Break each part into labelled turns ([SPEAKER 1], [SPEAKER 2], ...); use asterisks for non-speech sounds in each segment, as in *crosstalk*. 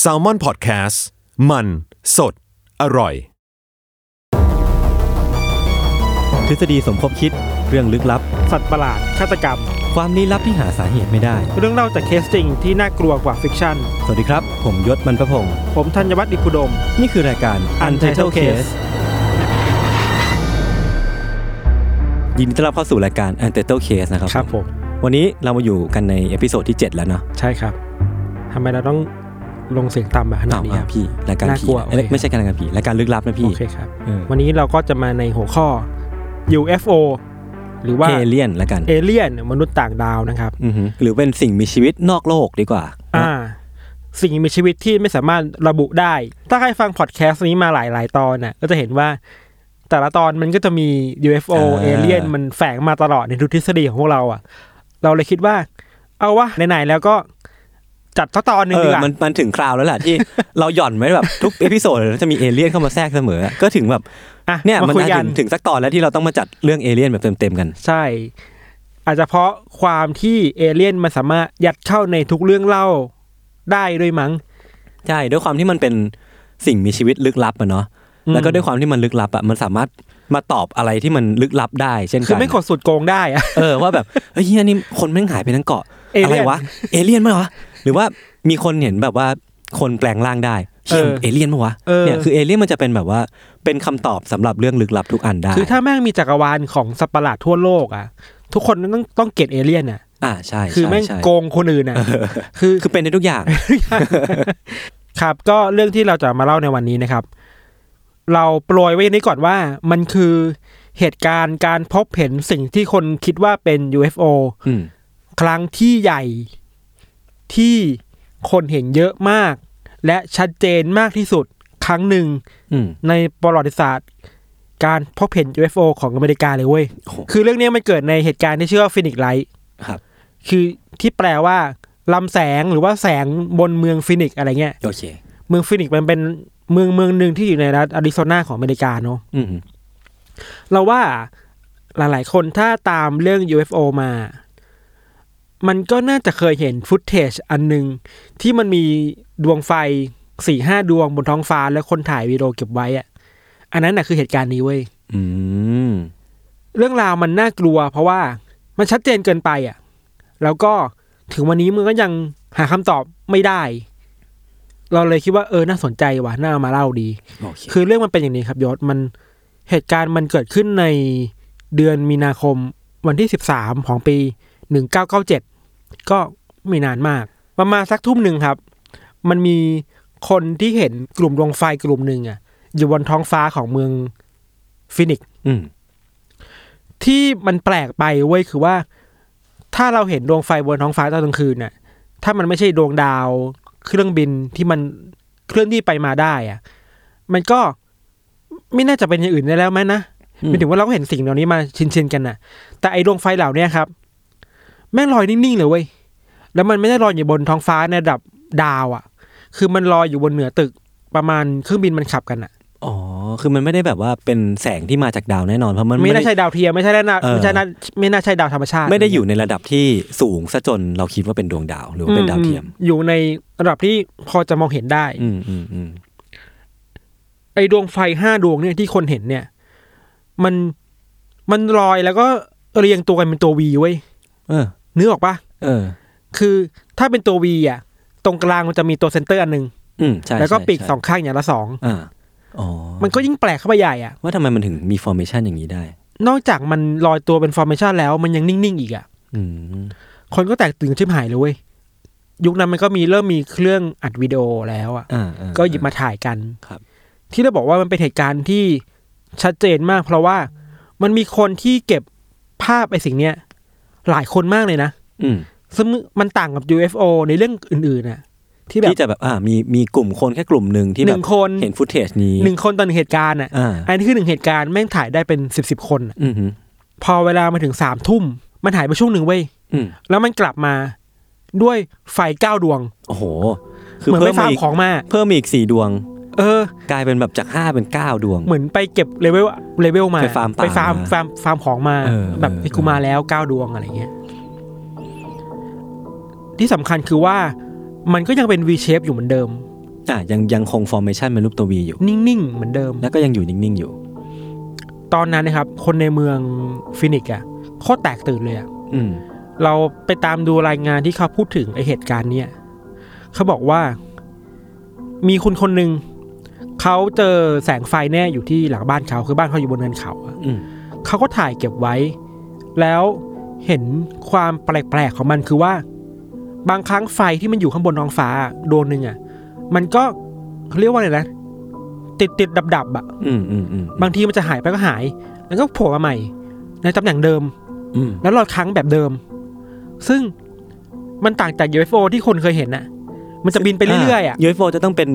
[SPEAKER 1] แซลมอนพอดแคสต์มันสดอร่อย
[SPEAKER 2] ทฤษฎีสมคบคิดเรื่องลึกลับ
[SPEAKER 3] สัตว์ประหลาดฆาตกรรม
[SPEAKER 2] ความลี้ลับที่หาสาเหตุไม่ได้
[SPEAKER 3] เรื่องเล่าจากเคสจริงที่น่ากลัวกว่าฟิกชั่น
[SPEAKER 2] สวัสดีครับ ผมยศมันประพงศ์
[SPEAKER 3] ผมธัญวัฒน์อิพุดม
[SPEAKER 2] นี่คือรายการ Untitled Case ยินดีต้อนรับเข้าสู่รายการ Untitled Case นะครับ
[SPEAKER 3] ครับผม
[SPEAKER 2] วันนี้เรามาอยู่กันในเอพิโซดที่ 7 แล้วเนาะ
[SPEAKER 3] ใช่ครับทำไมเราต้องลงเสียงต่ำแบบขนา
[SPEAKER 2] อ้า
[SPEAKER 3] ด
[SPEAKER 2] ว
[SPEAKER 3] นี้ค
[SPEAKER 2] อ้าว
[SPEAKER 3] รับ
[SPEAKER 2] พี่ รายการ
[SPEAKER 3] น่า
[SPEAKER 2] ผี
[SPEAKER 3] กลัว
[SPEAKER 2] นะเอ้ย
[SPEAKER 3] โอเค
[SPEAKER 2] ไม่ใช่การรายการผีรายการลึกลับนะพี่
[SPEAKER 3] โอเคครับ
[SPEAKER 2] เออ
[SPEAKER 3] วันนี้เราก็จะมาในหัวข้อ UFO หรือว่า
[SPEAKER 2] เอเลียนละกัน
[SPEAKER 3] เอเลี่ยนมนุษย์ต่างดาวนะครับ
[SPEAKER 2] อือหือหรือเป็นสิ่งมีชีวิตนอกโลกดีกว่า
[SPEAKER 3] อ่า สิ่งมีชีวิตที่ไม่สามารถระบุได้ ถ้าใครฟังพอดแคสต์นี้มาหลายหลายๆตอนน่ะ ก็จะเห็นว่า แต่ละตอนมันก็จะมี UFO
[SPEAKER 2] อ่า
[SPEAKER 3] เอเลี่ยนมันแฝงมาตลอดในทุกทฤษฎีของพวกเราอ่ะ เราเลยคิดว่า เอาวะไหนๆแล้วก็จัดสักตอนหนึ่ง
[SPEAKER 2] เอ
[SPEAKER 3] ดี
[SPEAKER 2] อก
[SPEAKER 3] ว่า
[SPEAKER 2] มันมันถึงคราวแล้วแหละที่ *laughs* เราหย่อนไว้แบบทุกเอพิโซดจะมีเอเลี่ยนเข้ามาแทรกเสมอ ก็ถึงแบบ
[SPEAKER 3] อ่ะ
[SPEAKER 2] เนี่ย
[SPEAKER 3] มา
[SPEAKER 2] มัน
[SPEAKER 3] คุย
[SPEAKER 2] น่า
[SPEAKER 3] กั
[SPEAKER 2] ถึ
[SPEAKER 3] น
[SPEAKER 2] งถึงสักตอนแล้วที่เราต้องมาจัดเรื่องเอเลี่ยนแบบเต็มๆกัน
[SPEAKER 3] ใช่ อาจจะเพราะความที่เอเลี่ยนมันสามารถยัดเข้าในทุกเรื่องเล่าได้ด้วยมั้ง
[SPEAKER 2] ใช่ด้วยความที่มันเป็นสิ่งมีชีวิตลึกลับอะเนาะ
[SPEAKER 3] อืม
[SPEAKER 2] แล้วก็ด้วยความที่มันลึกลับอะมันสามารถมาตอบอะไรที่มันลึกลับได้ เช่นกัน
[SPEAKER 3] คือไม่กดสุดโกงได้อะ
[SPEAKER 2] เออว่าแบบเฮ้ยเฮียนี่คนแม่งหายไปทั้งเกาะ
[SPEAKER 3] เอ
[SPEAKER 2] อะ
[SPEAKER 3] เลี่
[SPEAKER 2] ไร
[SPEAKER 3] ยน
[SPEAKER 2] วะเอเลี่ยนมั้ยวะหรือว่ามีคนเห็นแบบว่าคนแปลงร่างได้เชี่ย
[SPEAKER 3] เออ
[SPEAKER 2] เอเลี่ยนมั้ยวะ
[SPEAKER 3] เออ
[SPEAKER 2] เนี่ยคือเอเลี่ยนมันจะเป็นแบบว่าเป็นคำตอบสำหรับเรื่องลึกลับทุกอันได้
[SPEAKER 3] คือถ้าแม่งมีจักรวาลของสัตว์ประหลาดทั่วโลกอ่ะ ทุกคนต้องต้องเกลียดเอเลี่ยนอ่ะ
[SPEAKER 2] อ่าใช่
[SPEAKER 3] คือ
[SPEAKER 2] ใช่
[SPEAKER 3] แม่ง
[SPEAKER 2] ใช่
[SPEAKER 3] โกงคนอื่น
[SPEAKER 2] *laughs*
[SPEAKER 3] อ่ะ คือ
[SPEAKER 2] คือเป็นได้ทุกอย่าง
[SPEAKER 3] ครับก็เรื่องที่เราจะมาเล่าในวันนี้นะครับ เราโปรยไว้อย่างนี้ก่อนว่ามันคือเหตุการณ์การพบเห็นสิ่งที่คนคิดว่าเป็น UFO
[SPEAKER 2] อืม
[SPEAKER 3] ครั้งที่ใหญ่ที่คนเห็นเยอะมาก และชัดเจนมากที่สุดครั้งหนึ่ง
[SPEAKER 2] อืม
[SPEAKER 3] ในประวัติศาสตร์ การพบเห็น UFO ของอเมริกาเลยเว้ย
[SPEAKER 2] โอ้โห
[SPEAKER 3] คือเรื่องเนี้ยมันเกิดในเหตุการณ์ที่ชื่อว่าฟินิกไลท์
[SPEAKER 2] ครับ
[SPEAKER 3] คือที่แปลว่าลำแสงหรือว่าแสงบนเมืองฟินิกซ์อะไรเงี้ย
[SPEAKER 2] โอเค
[SPEAKER 3] เมืองฟินิกซ์มันเป็นเมืองเมืองหนึ่งที่อยู่ในรัฐอาริโซนาของอเมริกาเนาะ
[SPEAKER 2] อืม
[SPEAKER 3] เราว่าหลาย ๆ คนถ้าตามเรื่อง UFO มา มันก็น่าจะเคยเห็นฟุตเทจอันหนึ่งที่มันมีดวงไฟสี่ห้าดวงบนท้องฟ้าแล้วคนถ่ายวีดีโอเก็บไว้อะอันนั้นน่ะคือเหตุการณ์นี้เว้ย
[SPEAKER 2] อืม
[SPEAKER 3] เรื่องราวมันน่ากลัว เพราะว่ามันชัดเจนเกินไปอ่ะ แล้วก็ถึงวันนี้มันก็ยังหาคำตอบไม่ได้ เราเลยคิดว่าเออน่าสนใจว่ะน่าเอามาเล่าดี
[SPEAKER 2] โอเค
[SPEAKER 3] คือเรื่องมันเป็นอย่างนี้ครับยศมันเหตุการณ์มันเกิดขึ้นในเดือนมีนาคมวันที่สิบสามของปีหนึ่งเก้าเก้าเจ็ดก็ไม่นานมาก ประมาณสักทุ่มหนึ่งครับ มันมีคนที่เห็นกลุ่มดวงไฟกลุ่มหนึ่งอ่ะ อยู่บนท้องฟ้าของเมืองฟินิกซ์
[SPEAKER 2] อืม
[SPEAKER 3] ที่มันแปลกไปเว้ยคือว่า ถ้าเราเห็นดวงไฟบนท้องฟ้าตอนกลางคืนน่ะ ถ้ามันไม่ใช่ดวงดาว เครื่องบินที่มันเคลื่อนที่ไปมาได้อะมันก็ไม่น่าจะเป็นอย่างอื่นได้แล้วไหมนะ
[SPEAKER 2] อืม
[SPEAKER 3] ไม่ถึงว่าเราก็เห็นสิ่งเหล่านี้มาชินๆกันน่ะ แต่ไอ้ดวงไฟเหล่าเนี้ยครับ แม่งลอยนิ่งๆเลยเว้ยแล้วมันไม่ได้ลอยอยู่บนท้องฟ้าในระดับดาวอ่ะ คือมันลอยอยู่บนเหนือตึกประมาณเครื่องบินมันขับกันอ่ะ
[SPEAKER 2] อ๋อ คือมันไม่ได้แบบว่าเป็นแสงที่มาจากดาวแน่นอน เพราะมัน
[SPEAKER 3] ไม่
[SPEAKER 2] ไม่
[SPEAKER 3] น่า
[SPEAKER 2] ได้
[SPEAKER 3] ใช่ดาวเทียมไม่ใช่ดาวนา
[SPEAKER 2] เออ
[SPEAKER 3] ไม่ใช่นาไม่น่าใช่ดาวธรรมชาติ
[SPEAKER 2] ไม่ได้อยู่ในระดับที่สูงซะจนเราคิดว่าเป็นดวงดาวหรือว่าเป็นดาวเทียม
[SPEAKER 3] อือือยู่ในระดับที่พอจะมองเห็นได้
[SPEAKER 2] อืมอืมอืม
[SPEAKER 3] ไอ้ดวงไฟห้าดวงเนี่ยที่คนเห็นเนี่ย มันมันลอยแล้วก็เรียงตัวกันเป็นตัววีเว้ย
[SPEAKER 2] เออ
[SPEAKER 3] นึกออกปะ
[SPEAKER 2] เออ
[SPEAKER 3] คือถ้าเป็นตัววีอ่ะ ตรงกลางมันจะมีตัวเซนเตอร์อันหนึ่ง
[SPEAKER 2] อืม ใช่
[SPEAKER 3] แล้วก็
[SPEAKER 2] ใช่
[SPEAKER 3] ปีก
[SPEAKER 2] ใช่
[SPEAKER 3] สองข้างอย่างละสอง
[SPEAKER 2] อ่า อ๋อ
[SPEAKER 3] มันก็ยิ่งแปลกเข้าไปใหญ่อ่ะ
[SPEAKER 2] ว่าทำไมมันถึงมี formation อย่างนี้ได้
[SPEAKER 3] นอกจากมันลอยตัวเป็นฟอร์เมชันแล้วมันยังนิ่งๆอีกอ่ะ
[SPEAKER 2] อืม
[SPEAKER 3] คนก็แตกตื่นชิบหายเลยเว้ยยุคนั้นมันก็มีเริ่มมีเครื่องอัดวิดีโอแล้วอ่ะ
[SPEAKER 2] อ่า
[SPEAKER 3] ก็หยิบมาถ่ายกัน
[SPEAKER 2] ครับ
[SPEAKER 3] ที่เราบอกว่ามันเป็นเหตุการณ์ที่ชัดเจนมาก เพราะว่ามันมีคนที่เก็บภาพไอ้สิ่งเนี้ยหลายคนมากเลยนะ
[SPEAKER 2] อืม
[SPEAKER 3] ซึ่งมันต่างกับ UFO ในเรื่องอื่นๆน่ะ ที่แบบ
[SPEAKER 2] ที่จะแบบ อ่า มี มีกลุ่มคนแค่กลุ่มหนึ่งที่
[SPEAKER 3] ห
[SPEAKER 2] แบ
[SPEAKER 3] นึ่
[SPEAKER 2] บ
[SPEAKER 3] งคน
[SPEAKER 2] เห็นฟุตเทจนี้
[SPEAKER 3] หนึ่งคนต่อหนึ่งเหตุการณ์อ่ะ
[SPEAKER 2] อ่า
[SPEAKER 3] อันนี้คือหนึ่งเหตุการณ์แม่งถ่ายได้เป็นสิบสิบคนน่ะ
[SPEAKER 2] อืมฮึ
[SPEAKER 3] พอเวลามาถึงสามทุ่ม มันหายไปช่วงหนึ่งเว้ย
[SPEAKER 2] อืม
[SPEAKER 3] แล้วมันกลับมาด้วยไฟเก้าดวง
[SPEAKER 2] โอ้โห คือ
[SPEAKER 3] เหมือน
[SPEAKER 2] เพิ่ม
[SPEAKER 3] ไปฟา
[SPEAKER 2] มา
[SPEAKER 3] ร์ม
[SPEAKER 2] อีก
[SPEAKER 3] ของมา
[SPEAKER 2] เพิ่มมาอีกสี่ดวง
[SPEAKER 3] เออ
[SPEAKER 2] กลายเป็นแบบจากห้าเป็นเก้าดวง
[SPEAKER 3] เหมือนไปเก็บเลเวลเลเวลมา
[SPEAKER 2] ไปฟาร์มป่า
[SPEAKER 3] ไปฟาร์มฟาร์มฟาร์มของมา
[SPEAKER 2] เออ
[SPEAKER 3] แบบ
[SPEAKER 2] เออ
[SPEAKER 3] ไอ้กูมาแล้วเก้าดวงอะไรเงี้ย ที่สำคัญคือว่า มันก็ยังเป็น V shape อยู่เหมือนเดิม
[SPEAKER 2] อ่ะยังยังคงฟอร์เมชันเป็นรูปตัววีอยู่
[SPEAKER 3] นิ่งๆเหมือนเดิม
[SPEAKER 2] แล้วก็ยังอยู่นิ่งๆอยู่
[SPEAKER 3] ตอนนั้นนะครับ คนในเมืองฟินิกซ์อะโคตรแตกตื่นเลยอะ
[SPEAKER 2] อืม
[SPEAKER 3] เราไปตามดูรายงานที่เขาพูดถึงไอเหตุการณ์เนี่ยเขาบอกว่า มีคุณคนหนึ่งเขาเจอแสงไฟแน่อยู่ที่หลังบ้านเขาคือบ้านเขาอยู่บนเนินเขาอะ
[SPEAKER 2] อืม
[SPEAKER 3] เขาก็ถ่ายเก็บไว้ แล้วเห็นความแปลกๆของมันคือว่า บางครั้งไฟที่มันอยู่ข้างบนท้องฟ้าดวงหนึ่งอ่ะ มันก็เขาเรียกว่าอะไรนะ ติดติดดับดับๆอ่ะ
[SPEAKER 2] อืมอืมอืม
[SPEAKER 3] บางทีมันจะหายไปก็หาย แล้วก็โผล่มาใหม่ ในตำแหน่งเดิม
[SPEAKER 2] อืม
[SPEAKER 3] แล้วหลอดครั้งแบบเดิม ซึ่งมันต่างจาก UFO ที่คนเคยเห็นน่ะ มันจะบินไปเรื่อยๆอ่ะ
[SPEAKER 2] ยูเอฟโอจะต้องเป็น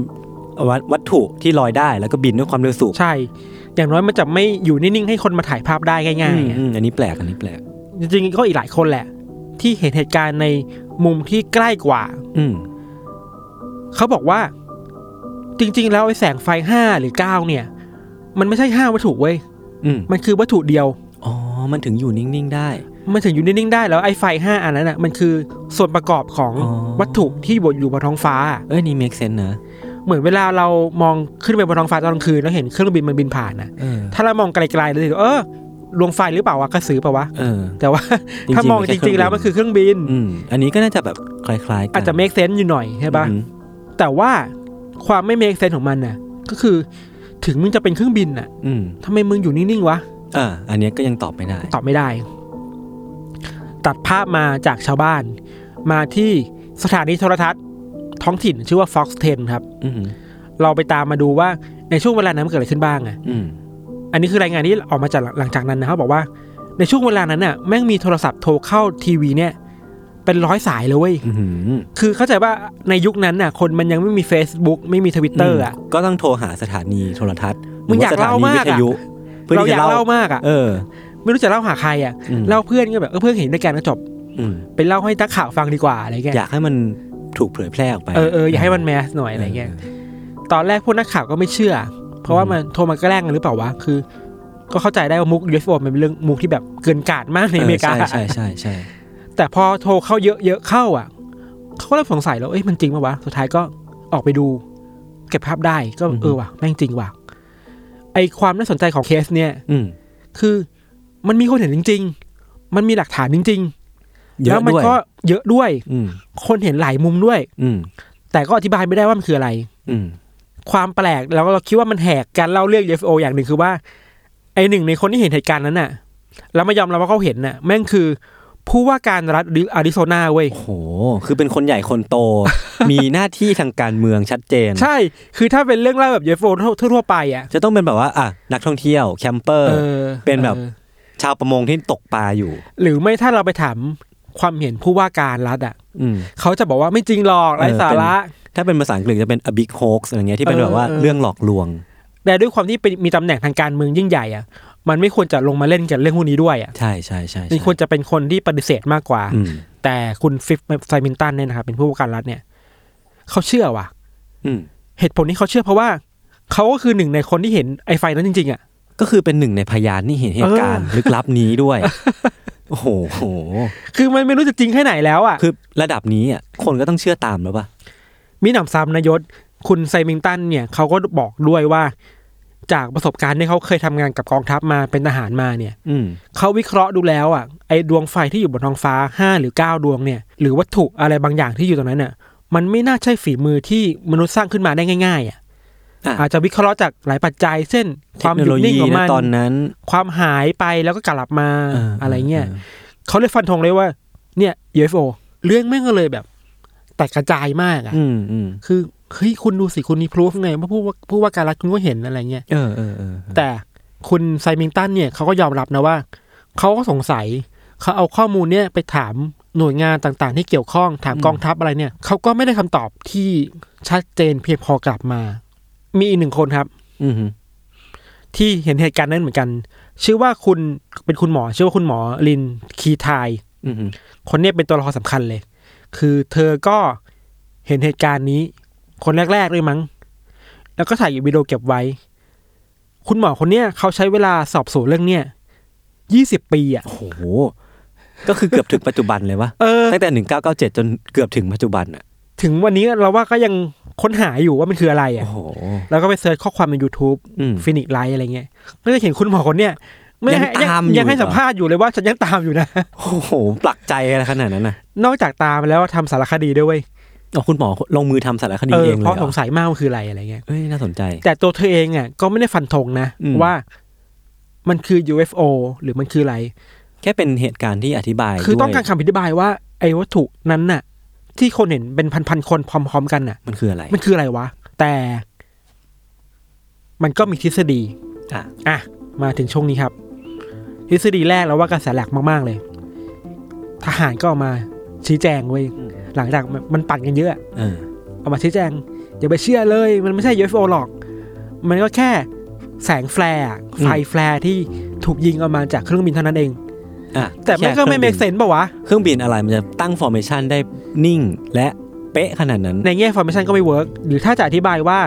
[SPEAKER 2] วัตวัตถุที่ลอยได้แล้วก็บินด้วยความเร็วสูง
[SPEAKER 3] ใช่ อย่างน้อยมันจะไม่อยู่นิ่งๆให้คนมาถ่ายภาพได้ง่ายๆ
[SPEAKER 2] อืม
[SPEAKER 3] อ่ะ
[SPEAKER 2] อืมอันนี้แปลกอันนี้แปลก
[SPEAKER 3] จริงๆก็อีกหลายคนแหละ ที่เห็นเหตุการณ์ในมุมที่ใกล้กว่า
[SPEAKER 2] อืม
[SPEAKER 3] เขาบอกว่า จริง ๆ แล้วไอ้แสงไฟห้าหรือเก้าเนี่ย มันไม่ใช่ห้าวัตถุเว้ย
[SPEAKER 2] อืม
[SPEAKER 3] มันคือวัตถุเดียว
[SPEAKER 2] อ๋อ มันถึงอยู่นิ่งๆได้
[SPEAKER 3] มันถึงอยู่นิ่งๆได้แล้วไอ้ไฟห้าอันนั้นอ่ะมันคือส่วนประกอบของ
[SPEAKER 2] อ๋อ
[SPEAKER 3] วัตถุที่บนอยู่บนท้องฟ้า
[SPEAKER 2] เอ้ยนี่ make sense นะ
[SPEAKER 3] เหมือนเวลาเรามองขึ้นไปบนท้องฟ้าตอนกลางคืนแล้วเห็นเครื่องบินมันบินผ่านนะ
[SPEAKER 2] เออ
[SPEAKER 3] ถ้าเรามองไกลๆแล้วเห็นเออดวงไฟหรือเปล่าวะกระสือเปล่าวะ
[SPEAKER 2] เออ
[SPEAKER 3] แต่ว่า
[SPEAKER 2] จริงๆ
[SPEAKER 3] ถ้ามอง
[SPEAKER 2] มัน
[SPEAKER 3] จ
[SPEAKER 2] แค่เครื่องบิน
[SPEAKER 3] ริง ๆ แล้วมันคือเครื่องบิน
[SPEAKER 2] อืม อันนี้ก็น่าจะแบบคล้ายๆกัน
[SPEAKER 3] อาจจะเมคเซนต์อยู่หน่อยใช่ปะ
[SPEAKER 2] อืม
[SPEAKER 3] แต่ว่าความไม่เมคเซนของมันน่ะ ก็คือถึงมึงจะเป็นเครื่องบินน่ะ
[SPEAKER 2] อืม
[SPEAKER 3] ทำไมมึงอยู่นิ่ง ๆ วะ
[SPEAKER 2] อ่า อันเนี้ยก็ยังตอบไม่ได้
[SPEAKER 3] ตอบไม่ได้ ตัดภาพมาจากชาวบ้าน มาที่สถานีโทรทัศน์ ท้องถิ่นชื่อว่า Fox 10 ครับ
[SPEAKER 2] อืม
[SPEAKER 3] เราไปตามมาดูว่าในช่วงเวลานั้นมันเกิดอะไรขึ้นบ้างอ่ะ
[SPEAKER 2] อืม
[SPEAKER 3] อันนี้คือรายงานที่ออกมาจากหลังหลังจากนั้นนะเขาบอกว่า ในช่วงเวลานั้นน่ะแม่งมีโทรศัพท์โทรเข้าทีวีเนี่ย เป็นร้อยสายเลยเว้ย
[SPEAKER 2] อืม
[SPEAKER 3] คือเข้าใจว่าในยุคนั้นน่ะ คนมันยังไม่มี Facebook ไม่มีทวิตเตอร์อ่ะ
[SPEAKER 2] ก็ต้องโทรหาสถานีโทรทัศน์
[SPEAKER 3] มึงอยากเล่ามากอะ
[SPEAKER 2] หรือว่สถนีวิทยุเพื่อ
[SPEAKER 3] เรา
[SPEAKER 2] ที่
[SPEAKER 3] อยา
[SPEAKER 2] จะ
[SPEAKER 3] ก
[SPEAKER 2] เล่า
[SPEAKER 3] เล่ามากอ่ะ
[SPEAKER 2] เออ
[SPEAKER 3] ไม่รู้จะเล่าหาใครอ่ะ
[SPEAKER 2] อืม
[SPEAKER 3] เล่าเพื่อนก็แบบเออเพื่อนเห็นด้วยกันก็จบ
[SPEAKER 2] อืม
[SPEAKER 3] ไปเล่าให้นักข่าวฟังดีกว่าอะไรเงี้ย
[SPEAKER 2] อยากให้มันถูกเผยแพร่ออกไป
[SPEAKER 3] เออเอออย่าให้มันแมสหน่อยอะไรเงี้ยตอนแรกพวกนักข่าวก็ไม่เชื่อ เพราะว่ามันโทรมาแกล้งกันหรือเปล่าวะคือ ก็เข้าใจได้ว่ามุก UFO มันเป็นเรื่องมุกที่แบบเกินกาดมากในอเมริกา
[SPEAKER 2] ใช่ใช่ใช่
[SPEAKER 3] แต่พอโทรเข้าเยอะๆเข้าอ่ะเขาก็เริ่มสงสัยแล้วเอ้ยมันจริงปะวะสุดท้ายก็ออกไปดู เก็บภาพได้ก็เออว่ะแม่งจริงว่ะไอความน่าสนใจของเคสเนี่ย
[SPEAKER 2] อืม
[SPEAKER 3] คือมันมีคนเห็นจริง ๆ มันมีหลักฐานจริง ๆ
[SPEAKER 2] เย
[SPEAKER 3] แล้
[SPEAKER 2] อะ
[SPEAKER 3] วมั
[SPEAKER 2] ด้วย
[SPEAKER 3] ก็เยอะด้วย
[SPEAKER 2] อืม
[SPEAKER 3] คนเห็นหลายมุมด้วย
[SPEAKER 2] อืม
[SPEAKER 3] แต่ก็อธิบายไม่ได้ว่ามันคืออะไร
[SPEAKER 2] อืม
[SPEAKER 3] ความแปลกแล้วก็เราคิดว่ามันแหกการเล่าเรื่อง UFO อย่างหนึ่งคือว่า ไอหนึ่งในคนที่เห็นเหตุการณ์นั้นน่ะ แล้วมายอมรับว่าเขาเห็นน่ะ แม่งคือ ผู้ว่าการรัฐอาริโซนาเว้ย
[SPEAKER 2] โอ้โห คือเป็นคนใหญ่คน
[SPEAKER 3] *laughs*
[SPEAKER 2] โต มีหน้าที่ทางการเมืองชัดเจน
[SPEAKER 3] ใช่ คือถ้าเป็นเรื่องเล่าแบบ UFO ทั่วทั่วๆไปอ่ะ
[SPEAKER 2] จะต้องเป็นแบบว่า อ่ะ นักท่องเที่ยว แคมเปอร์
[SPEAKER 3] อ
[SPEAKER 2] เป็นแบบ
[SPEAKER 3] ออ
[SPEAKER 2] ชาวประมงที่ตกปลาอยู่
[SPEAKER 3] หรือไม่ถ้าเราไปถามความเห็นผู้ว่าการรัฐอ่ะ
[SPEAKER 2] อืม
[SPEAKER 3] เขาจะบอกว่าไม่จริงหรอกไร้
[SPEAKER 2] เออ
[SPEAKER 3] สา
[SPEAKER 2] เป็น
[SPEAKER 3] ระ
[SPEAKER 2] ถ้าเป็นภาษาอังกฤษจะเป็น a big hoax อะไรเงี้ยที่เป็น
[SPEAKER 3] เออ
[SPEAKER 2] แบบว่า
[SPEAKER 3] เออ
[SPEAKER 2] เรื่องหลอกลวง
[SPEAKER 3] แต่ด้วยความที่เป็นมีตำแหน่งทางการเมืองยิ่งใหญ่อะมันไม่ควรจะลงมาเล่นกับเรื่องพวกนี้ด้วยอะ
[SPEAKER 2] ใช่ใช่ใช่ใช่
[SPEAKER 3] มันควรจะเป็นคนที่ปฏิเสธมากกว่า
[SPEAKER 2] อืม
[SPEAKER 3] แต่คุณฟิฟไซมินตันเนี่ยนะครับเป็นผู้ว่าการรัฐเนี่ย เขาเชื่อว่ะ
[SPEAKER 2] อืม
[SPEAKER 3] เหตุผลที่เขาเชื่อเพราะว่า เขาก็คือหนึ่งในคนที่เห็นไอ้ไฟนั้นจริงๆอะ
[SPEAKER 2] ก็คือเป็นหนึ่งในพยานที่เห็นเหตุการณ์ลึกลับนี้ด้วย
[SPEAKER 3] *laughs*
[SPEAKER 2] โอ้โห
[SPEAKER 3] คือมันไม่รู้จะจริงแค่ไหนแล้วอะ
[SPEAKER 2] คือระดับนี้อ่ะคนก็ต้องเชื่อตามแล้วป่ะ
[SPEAKER 3] มีหนำซ้ำนายศ คุณไซมิงตันเนี่ยเขาก็บอกด้วยว่า จากประสบการณ์ที่เขาเคยทำงานกับกองทัพมาเป็นทหารมาเนี่ย
[SPEAKER 2] อืม
[SPEAKER 3] เขาวิเคราะห์ดูแล้วอ่ะไอดวงไฟที่อยู่บนท้องฟ้าห้าหรือเก้าดวงเนี่ย หรือวัตถุอะไรบางอย่างที่อยู่ตรงนั้นน่ะ มันไม่น่าใช่ฝีมือที่มนุษย์สร้างขึ้นมาได้ง่ายๆอ่ะ
[SPEAKER 2] อ่ะ
[SPEAKER 3] อาจจะวิเคราะห์จากหลายปัจจัย เช่น ค
[SPEAKER 2] เทค
[SPEAKER 3] วาม
[SPEAKER 2] โน
[SPEAKER 3] หยุ
[SPEAKER 2] โล
[SPEAKER 3] ดนิ่ง
[SPEAKER 2] ยี
[SPEAKER 3] ของ
[SPEAKER 2] นะ
[SPEAKER 3] มัน
[SPEAKER 2] ตอนนั้น
[SPEAKER 3] ความหายไปแล้วก็กลับมา
[SPEAKER 2] เ
[SPEAKER 3] อะไรเงี้ยเขาเลยฟันธงเลยว่า เนี่ย UFO เรื่องแม่งก็เลยแบบ แต่กระจายมากอ่ะ
[SPEAKER 2] อืมอืม
[SPEAKER 3] คือเฮ้ยคุณดูสิคุณมีพรูฟไงว่าผู้ว่าผู้ว่าการรัฐคุณก็เห็นอะไรเงี้ย
[SPEAKER 2] เออเออเออ
[SPEAKER 3] แต่คุณไซมิงตันเนี่ยเขาก็ยอมรับนะว่า เขาก็สงสัย เขาเอาข้อมูลเนี่ยไปถามหน่วยงานต่างๆ ที่เกี่ยวข้องถามกองทัพอะไรเนี่ยเขาก็ไม่ได้คำตอบที่ชัดเจนเพียงพอกลับมา มีอีกหนึ่งคนครับ
[SPEAKER 2] อืม
[SPEAKER 3] ที่เห็นเหตุการณ์นั้นเหมือนกัน ชื่อว่าคุณเป็นคุณหมอ ชื่อว่าคุณหมอลินคีไทาย
[SPEAKER 2] อืม
[SPEAKER 3] คนเนี้เป็นตัวละครสำคัญเลย คือเธอก็เห็นเหตุการณ์นี้ คนแรกๆเลยมั้ง แล้วก็ถ่ายวิดีโอเก็บไว้ คุณหมอคนเนี้ยเขาใช้เวลาสอบสวนเรื่องเนี้ยยี่สิบปีอะ่ะ
[SPEAKER 2] โอ้โห ก็คือเกือบถึงปัจจุบันเลยวะ
[SPEAKER 3] เออ
[SPEAKER 2] ตั้งแต่หนึ่งเก้าเก้าเจ็ดจนเกือบถึงปัจจุบันอ่ะ
[SPEAKER 3] ถึงวันนี้เราว่าก็ยังค้นหาอยู่ว่ามันคืออะไร
[SPEAKER 2] โอ้
[SPEAKER 3] อ่ะ
[SPEAKER 2] โห
[SPEAKER 3] แล้วก็ไปเสิร์ชข้อความใน YouTube
[SPEAKER 2] อืม
[SPEAKER 3] ฟินิกไลท์อะไรเงี้ยก็จะเห็นคุณหมอคนเนี้ยไม่ให้
[SPEAKER 2] ยังตามอยู่
[SPEAKER 3] ยังให้
[SPEAKER 2] เหรอ
[SPEAKER 3] สัมภาษณ์อยู่เลยว่าฉันยังตามอยู่นะ
[SPEAKER 2] โอ้โหปลักใจอะไรขนาดนั้นน่ะ
[SPEAKER 3] นอกจากตามแล้วทำสารคดีด้วยเวย
[SPEAKER 2] เอาคุณหมอลงมือทำสารคดี
[SPEAKER 3] เอ
[SPEAKER 2] เอ
[SPEAKER 3] อง
[SPEAKER 2] เล
[SPEAKER 3] เพ
[SPEAKER 2] ย
[SPEAKER 3] ราะ
[SPEAKER 2] เหร
[SPEAKER 3] ส
[SPEAKER 2] อง
[SPEAKER 3] สัยมากมันคืออะไรอะไรเงี้ย
[SPEAKER 2] เอ้ยน่าสนใจ
[SPEAKER 3] แต่ตัวเธอเองอ่ะก็ไม่ได้ฟันธงนะ
[SPEAKER 2] อืม
[SPEAKER 3] ว่ามันคือ UFO หรือมันคืออะไร
[SPEAKER 2] แค่เป็นเหตุการณ์ที่อธิบาย
[SPEAKER 3] คือ
[SPEAKER 2] ด้วย
[SPEAKER 3] ต้องการคำอธิบายว่า ไอ้วัตถุนั้นน่ะ ที่คนเห็นเป็นพันๆคนพร้อม ๆ กันน่ะ
[SPEAKER 2] มันคืออะไร
[SPEAKER 3] มันคืออะไรวะ แต่ มันก็มีทฤษฎี
[SPEAKER 2] อ่ะ
[SPEAKER 3] อ่ะ มาถึงช่วงนี้ครับ ทฤษฎีแรกแล้วว่ากระแสหลักมากๆเลย ทหารก็ออกมาชี้แจงเว้ยหลังจากมันมันปั่นกันเยอะ
[SPEAKER 2] เออ
[SPEAKER 3] เอามาชี้แจง อย่าไปเชื่อเลย มันไม่ใช่ UFO หรอก มันก็แค่แสงแฟลร์อะไฟแฟลร์ที่ถูกยิงออกมาจากเครื่องบินเท่านั้นเอง
[SPEAKER 2] อ่ะ
[SPEAKER 3] แต่ไม่ก็ไม่เมกเซนป่าวะ
[SPEAKER 2] เครื่องบินอะไรมันจะตั้งฟอร์เมชันได้นิ่ง และเป๊ะขนาดนั้น
[SPEAKER 3] ในแง่ formation ก็ไม่เวิร์กหรือถ้าจะอธิบายว่า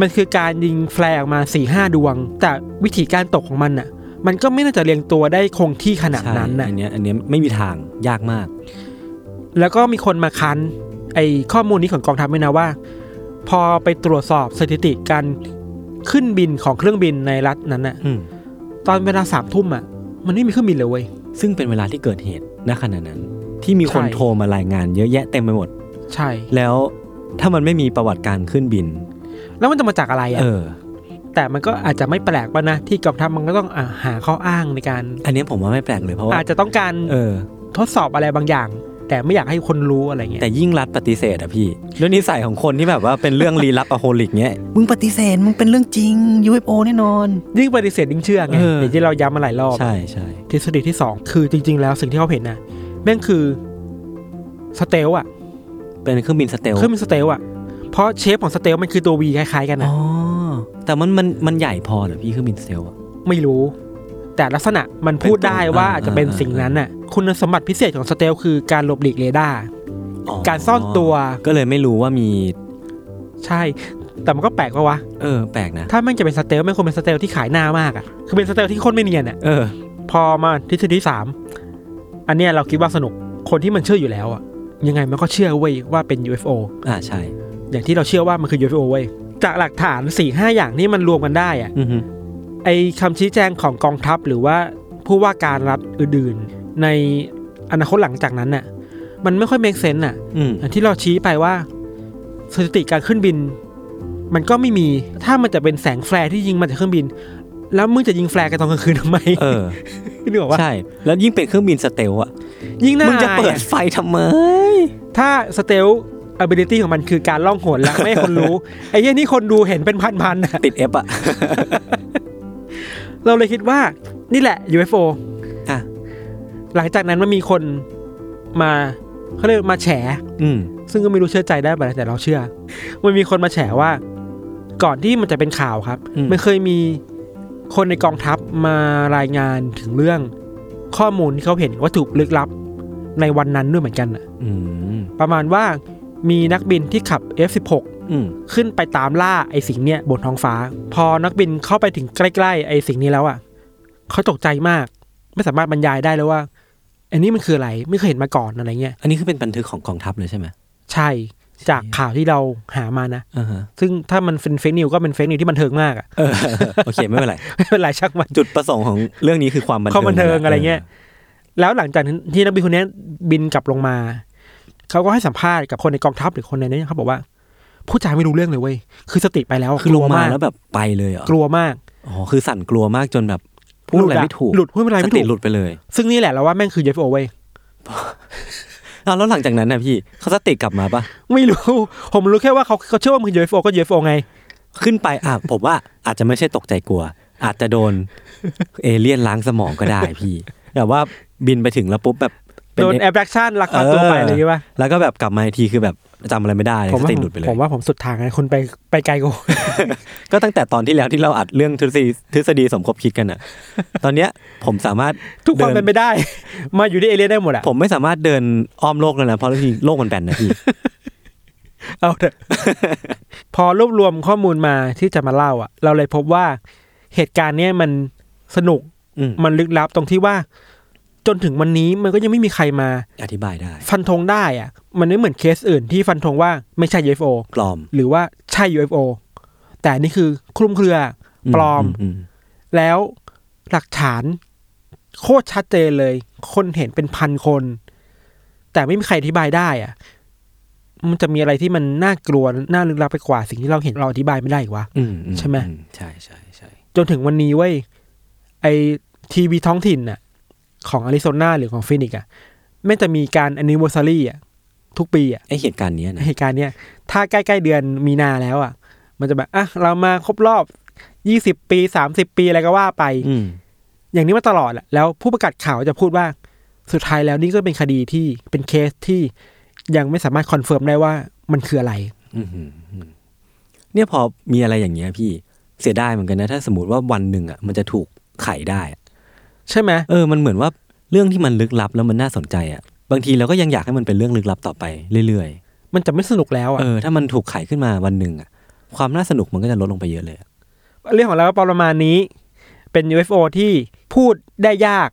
[SPEAKER 3] มันคือการยิงแฟลร์ออกมา4ี่ห้าดวง แต่วิธีการตกของมันน่ะ มันก็ไม่น่าจะเรียงตัวได้คงที่ขนาด
[SPEAKER 2] ใช่
[SPEAKER 3] นั้นน่ะ
[SPEAKER 2] อันเนี้ยอันเนี้ยไม่มีทางยากมาก
[SPEAKER 3] แล้วก็มีคนมาคันไอข้อมูลนี้ของกองทัพด้วยนะว่า พอไปตรวจสอบสถิติการขึ้นบินของเครื่องบินในรัฐนั้นน่ะ
[SPEAKER 2] อืม
[SPEAKER 3] ตอนเวลาสามทุ่มอ่ะ มันไม่มีเครื่องบินเลยเว้ย
[SPEAKER 2] ซึ่งเป็นเวลาที่เกิดเหตุณขณะนั้น ที่มีคน
[SPEAKER 3] ใช่
[SPEAKER 2] โทรมารายงานเยอะแยะเต็มไปหมด
[SPEAKER 3] ใช่
[SPEAKER 2] แล้วถ้ามันไม่มีประวัติการขึ้นบิน
[SPEAKER 3] แล้วมันจะมาจากอะไรอ่ะ
[SPEAKER 2] เออ
[SPEAKER 3] แต่มันก็อาจจะไม่แปลกป่ะนะ ที่กองทัพมันก็ต้องอ่ะหาข้ออ้างในการ
[SPEAKER 2] อันเนี้ยผมว่าไม่แปลกเลยเพราะว่า
[SPEAKER 3] อาจจะต้องการ
[SPEAKER 2] เออ
[SPEAKER 3] ทดสอบอะไรบางอย่าง แต่ไม่อยากให้คนรู้อะไรเงี้ย
[SPEAKER 2] แต่ยิ่งรัดปฏิเสธอะ *laughs* พี่เรื่องนิสัยของคนที่แบบว่าเป็นเรื่องลี้ลับอะโฮลิกเนี้ย มึงปฏิเสธ มึงเป็นเรื่องจริง UFO แน่นอน
[SPEAKER 3] ยิ่งปฏิเสธยิ่งเชื่อไง
[SPEAKER 2] เออ
[SPEAKER 3] อย่างที่เราย้ำมาหลายรอบ
[SPEAKER 2] ใช่ใช่
[SPEAKER 3] ทฤษฎีที่สองคือจริง ๆ แล้วสิ่งที่เขาเห็นนะแม่งคือสเตลอะ
[SPEAKER 2] เป็นเครื่องบินสเตล
[SPEAKER 3] เครื่องบินสเตลอะเพราะเชฟของสเตลมันคือตัววีคล้ายๆกัน
[SPEAKER 2] อ๋
[SPEAKER 3] นะ
[SPEAKER 2] อ แต่มันมันมันใหญ่พอเหรอพี่เครื่องบินสเตลอะ
[SPEAKER 3] ไม่รู้ แต่ลักษณะมันพูดได้
[SPEAKER 2] เป็นตัว
[SPEAKER 3] ว่า
[SPEAKER 2] อ่า
[SPEAKER 3] อาจจะเป็น
[SPEAKER 2] อ่า
[SPEAKER 3] สิ่งนั้นน่ะ คุณสมบัติพิเศษของสเตลคือการหลบหลีกเรดาร์
[SPEAKER 2] อ๋
[SPEAKER 3] การซ่อนตัว
[SPEAKER 2] ก็เลยไม่รู้ว่ามี
[SPEAKER 3] ใช่ แต่มันก็แปลกว่าวะ
[SPEAKER 2] เออ แปลกนะ
[SPEAKER 3] ถ้าแมันจะเป็นสเตลแมันคงเป็นสเตลที่ขายหน้ามากอะคือเป็นสเตลที่โคนไม่เนียนอะ
[SPEAKER 2] เออ
[SPEAKER 3] พอมาทฤษฎีที่สามอันเนี้ยเราคิดว่าสนุกคนที่มันเชื่ออยู่แล้วอะยังไงมันก็เชื่อเว้ยว่าเป็น UFO
[SPEAKER 2] อ่าใช่
[SPEAKER 3] อย่างที่เราเชื่อว่ามันคือ UFO เว้ยจากหลักฐาน4ี่ห้าอย่างนี่มันรวมกันได้อะ
[SPEAKER 2] อือฮึ
[SPEAKER 3] ไอคำชี้แจงของกองทัพหรือว่าผู้ว่าการรัฐอื่นๆ ในอนาคตหลังจากนั้นน่ะ มันไม่ค่อยเม e เซนต์น่ะ
[SPEAKER 2] อืม
[SPEAKER 3] อย่างที่เราชี้ไปว่าสถิติการขึ้นบิน มันก็ไม่มีถ้ามันจะเป็นแสงแฟลร์ที่ยิงมาจากเครื่องบิน แล้วมึงจะยิงแฟลร์กันตอนกลางคืน
[SPEAKER 2] *laughs*
[SPEAKER 3] ทำไม
[SPEAKER 2] เออ
[SPEAKER 3] นึกออกว่า
[SPEAKER 2] ใช่ แล้วยิ่งเป็นเครื่องบินสเตลอะ
[SPEAKER 3] ยิงหน้า
[SPEAKER 2] มึงจะ
[SPEAKER 3] อาย
[SPEAKER 2] เปิ
[SPEAKER 3] อะ
[SPEAKER 2] ดไฟทำไม
[SPEAKER 3] ถ้าสเตล ability ของมันคือการล่องหน
[SPEAKER 2] *laughs*
[SPEAKER 3] และไม่ให้คนรู้ ไอ้เหี้ยนี่คนดูเห็นเป็นพันๆนะ
[SPEAKER 2] ติดเอฟอะ
[SPEAKER 3] เราเลยคิดว่านี่แหละ UFO
[SPEAKER 2] อ่ะ
[SPEAKER 3] หลังจากนั้นมันมีคนมาเขาเรียกมาแฉ
[SPEAKER 2] อืม
[SPEAKER 3] ซึ่งก็ไม่รู้เชื่อใจได้ป่ะนะแต่เราเชื่อ มันมีคนมาแฉว่า ก่อนที่มันจะเป็นข่าวครับ
[SPEAKER 2] อืม
[SPEAKER 3] มันเคยมีคนในกองทัพมารายงานถึงเรื่องข้อมูลที่เขาเห็นวัตถุลึกลับในวันนั้นด้วยเหมือนกันน่ะ
[SPEAKER 2] อืม
[SPEAKER 3] ประมาณว่ามีนักบินที่ขับ F16
[SPEAKER 2] อืม
[SPEAKER 3] ขึ้นไปตามล่าไอ้สิ่งเนี้ยบนท้องฟ้า พอนักบินเข้าไปถึงใกล้ๆไอ้สิ่งนี้แล้วอ่ะเขาตกใจมาก ไม่สามารถบรรยายได้เลยว่าอันนี้มันคืออะไรไม่เคยเห็นมาก่อนอะไรเงี้ย
[SPEAKER 2] อันนี้คือเป็นบันทึกของกองทัพเลยใช่ไหม
[SPEAKER 3] ใช่จากข่าวที่เราหามานะ
[SPEAKER 2] อ่าฮะ
[SPEAKER 3] ซึ่งถ้ามันเป็นเฟกนิวก็เป็นเฟกนิวที่บันเทิงมากอ่ะ *laughs*
[SPEAKER 2] เออ โอเค ไม่เป็นไร
[SPEAKER 3] ไม่เป็นไรช่างมัน
[SPEAKER 2] จุดประสงค์ของเรื่องนี้คือความบันเทิง
[SPEAKER 3] ความบันเทิงอะไรเงี้ย แล้วหลังจากที่นักบินคนเนี้ยบินกลับลงมาเขาก็ให้สัมภาษณ์กับคนในกองทัพหรือคนในนี้เขาบอกว่าผู้จาไม่รู้เรื่องเลยเว้ยคือสติไปแล้วะ
[SPEAKER 2] คือลง
[SPEAKER 3] กว
[SPEAKER 2] มาก แล้วแบบไปเลยเหรอก
[SPEAKER 3] ลัวมาก
[SPEAKER 2] อ๋อคือสั่นกลัวมากจนแบบพูดอะไรไม่ถูก
[SPEAKER 3] หลุดพูดอะไร
[SPEAKER 2] ส
[SPEAKER 3] ไม่
[SPEAKER 2] ติ
[SPEAKER 3] ถูก
[SPEAKER 2] หลุดไปเลย
[SPEAKER 3] ซึ่งนี่แหละเราว่าแม่งคือ UFO เว้ย
[SPEAKER 2] อ้าวแล้วหลังจากนั้นนะพี่เขาสติกลับมาปะ
[SPEAKER 3] ไม่รู้ ผมรู้แค่ว่าเขาเขาเชื่อว่ามันคือ UFO ก็ UFO ไง
[SPEAKER 2] ขึ้นไปอ่ะ ผมว่าอาจจะไม่ใช่ตกใจกลัว อาจจะโดน เอเลี่ยนล้างสมองก็ได้พี่แต่ว่าบินไปถึงแล้วปุ๊บแบบเป็
[SPEAKER 3] โดนแอ r แ c คชั่นลักพาตัวไปอะไรอย่างเงี้ยป่ะ
[SPEAKER 2] แล้วก็แบบกลับมาอีกทีคือแบบจำอะไรไม่ได้เลย
[SPEAKER 3] ผม
[SPEAKER 2] ส
[SPEAKER 3] ว่า
[SPEAKER 2] ติ
[SPEAKER 3] ผม
[SPEAKER 2] หลุดไปเลย
[SPEAKER 3] ผมว่าผมสุดทางนะคุณไปไปไกลกว่า *laughs* ผม
[SPEAKER 2] ก็ตั้งแต่ตอนที่แล้วที่เราอัดเรื่องทฤษฎีทฤษฎีสมคบคิดกันอะตอนเนี้ยผมสามารถ
[SPEAKER 3] ทุกความ
[SPEAKER 2] ดิ
[SPEAKER 3] เป็นไปได้ *laughs* มาอยู่ที่เอเลียนได้หมดอ่ะ
[SPEAKER 2] ผมไม่สามารถเดินอ้อมโลกเลยนะเพราะทีโลกมันแบนนะพี่
[SPEAKER 3] เอาเถอะ พอรวบรวมข้อมูลมาที่จะมาเล่าอ่ะ เราเลยพบว่าเหตุการณ์เนี้ยมันสนุก
[SPEAKER 2] อืม
[SPEAKER 3] มันลึกลับตรงที่ว่า จนถึงวันนี้มันก็ยังไม่มีใครมา
[SPEAKER 2] อธิบายได้
[SPEAKER 3] ฟันธงได้อะมันไม่เหมือนเคสอื่นที่ฟันธงว่าไม่ใช่ UFO
[SPEAKER 2] ปลอม
[SPEAKER 3] หรือว่าใช่ UFO แต่อันนี่คือคลุมเครือ ปลอม
[SPEAKER 2] ม
[SPEAKER 3] แล้วหลักฐานโคตรชัดเจนเลย คนเห็นเป็นพันคน แต่ไม่มีใครอธิบายได้อะมันจะมีอะไรที่มันน่ากลัวน่าลึกลับไปกว่า สิ่งที่เราเห็นเราอธิบายไม่ได้อีกวะ
[SPEAKER 2] อืมอื
[SPEAKER 3] ใช่ไหม
[SPEAKER 2] อืใช่ใช่ใช่
[SPEAKER 3] จนถึงวันนี้เว้ยไอทีวีท้องถิ่นน่ะ ของอาริโซนาหรือของฟินิกซ์อะแม่งจะมีการ anniversary อะทุกปีอะ
[SPEAKER 2] ไอเหตุการณ์เนี้ยนะ
[SPEAKER 3] เหตุการณ์เนี้ยถ้าใกล้ๆเดือนมีนาแล้วอ่ะ มันจะแบบอ่ะเรามาครบรอบยี่สิบปีสามสิบปีอะไรก็ว่าไป
[SPEAKER 2] อืม
[SPEAKER 3] อย่างนี้มาตลอดแหละแล้วผู้ประกาศข่าวจะพูดว่าสุดท้ายแล้วนี่ก็เป็นคดีที่เป็นเคสที่ยังไม่สามารถคอนเฟิร์มได้ว่ามันคืออะไร
[SPEAKER 2] อืมอืมอืมเนี่ยพอมีอะไรอย่างเงี้ยพี่เสียดายเหมือนกันนะ ถ้าสมมติว่าวันหนึ่งอ่ะมันจะถูกไขได้อะ
[SPEAKER 3] ใช่ไหม
[SPEAKER 2] เออมันเหมือนว่าเรื่องที่มันลึกลับแล้วมันน่าสนใจอ่ะบางทีเราก็ยังอยากให้มันเป็นเรื่องลึกลับต่อไปเรื่อย
[SPEAKER 3] มันจะไม่สนุกแล้ว
[SPEAKER 2] ๆ
[SPEAKER 3] อ่ะ
[SPEAKER 2] เออถ้ามันถูกไขขึ้นมาวันหนึ่งอ่ะความน่าสนุกมันก็จะลดลงไปเยอะเลยอะ
[SPEAKER 3] เรื่องของเราก็ประมาณนี้ เป็น UFO ที่พูดได้ยาก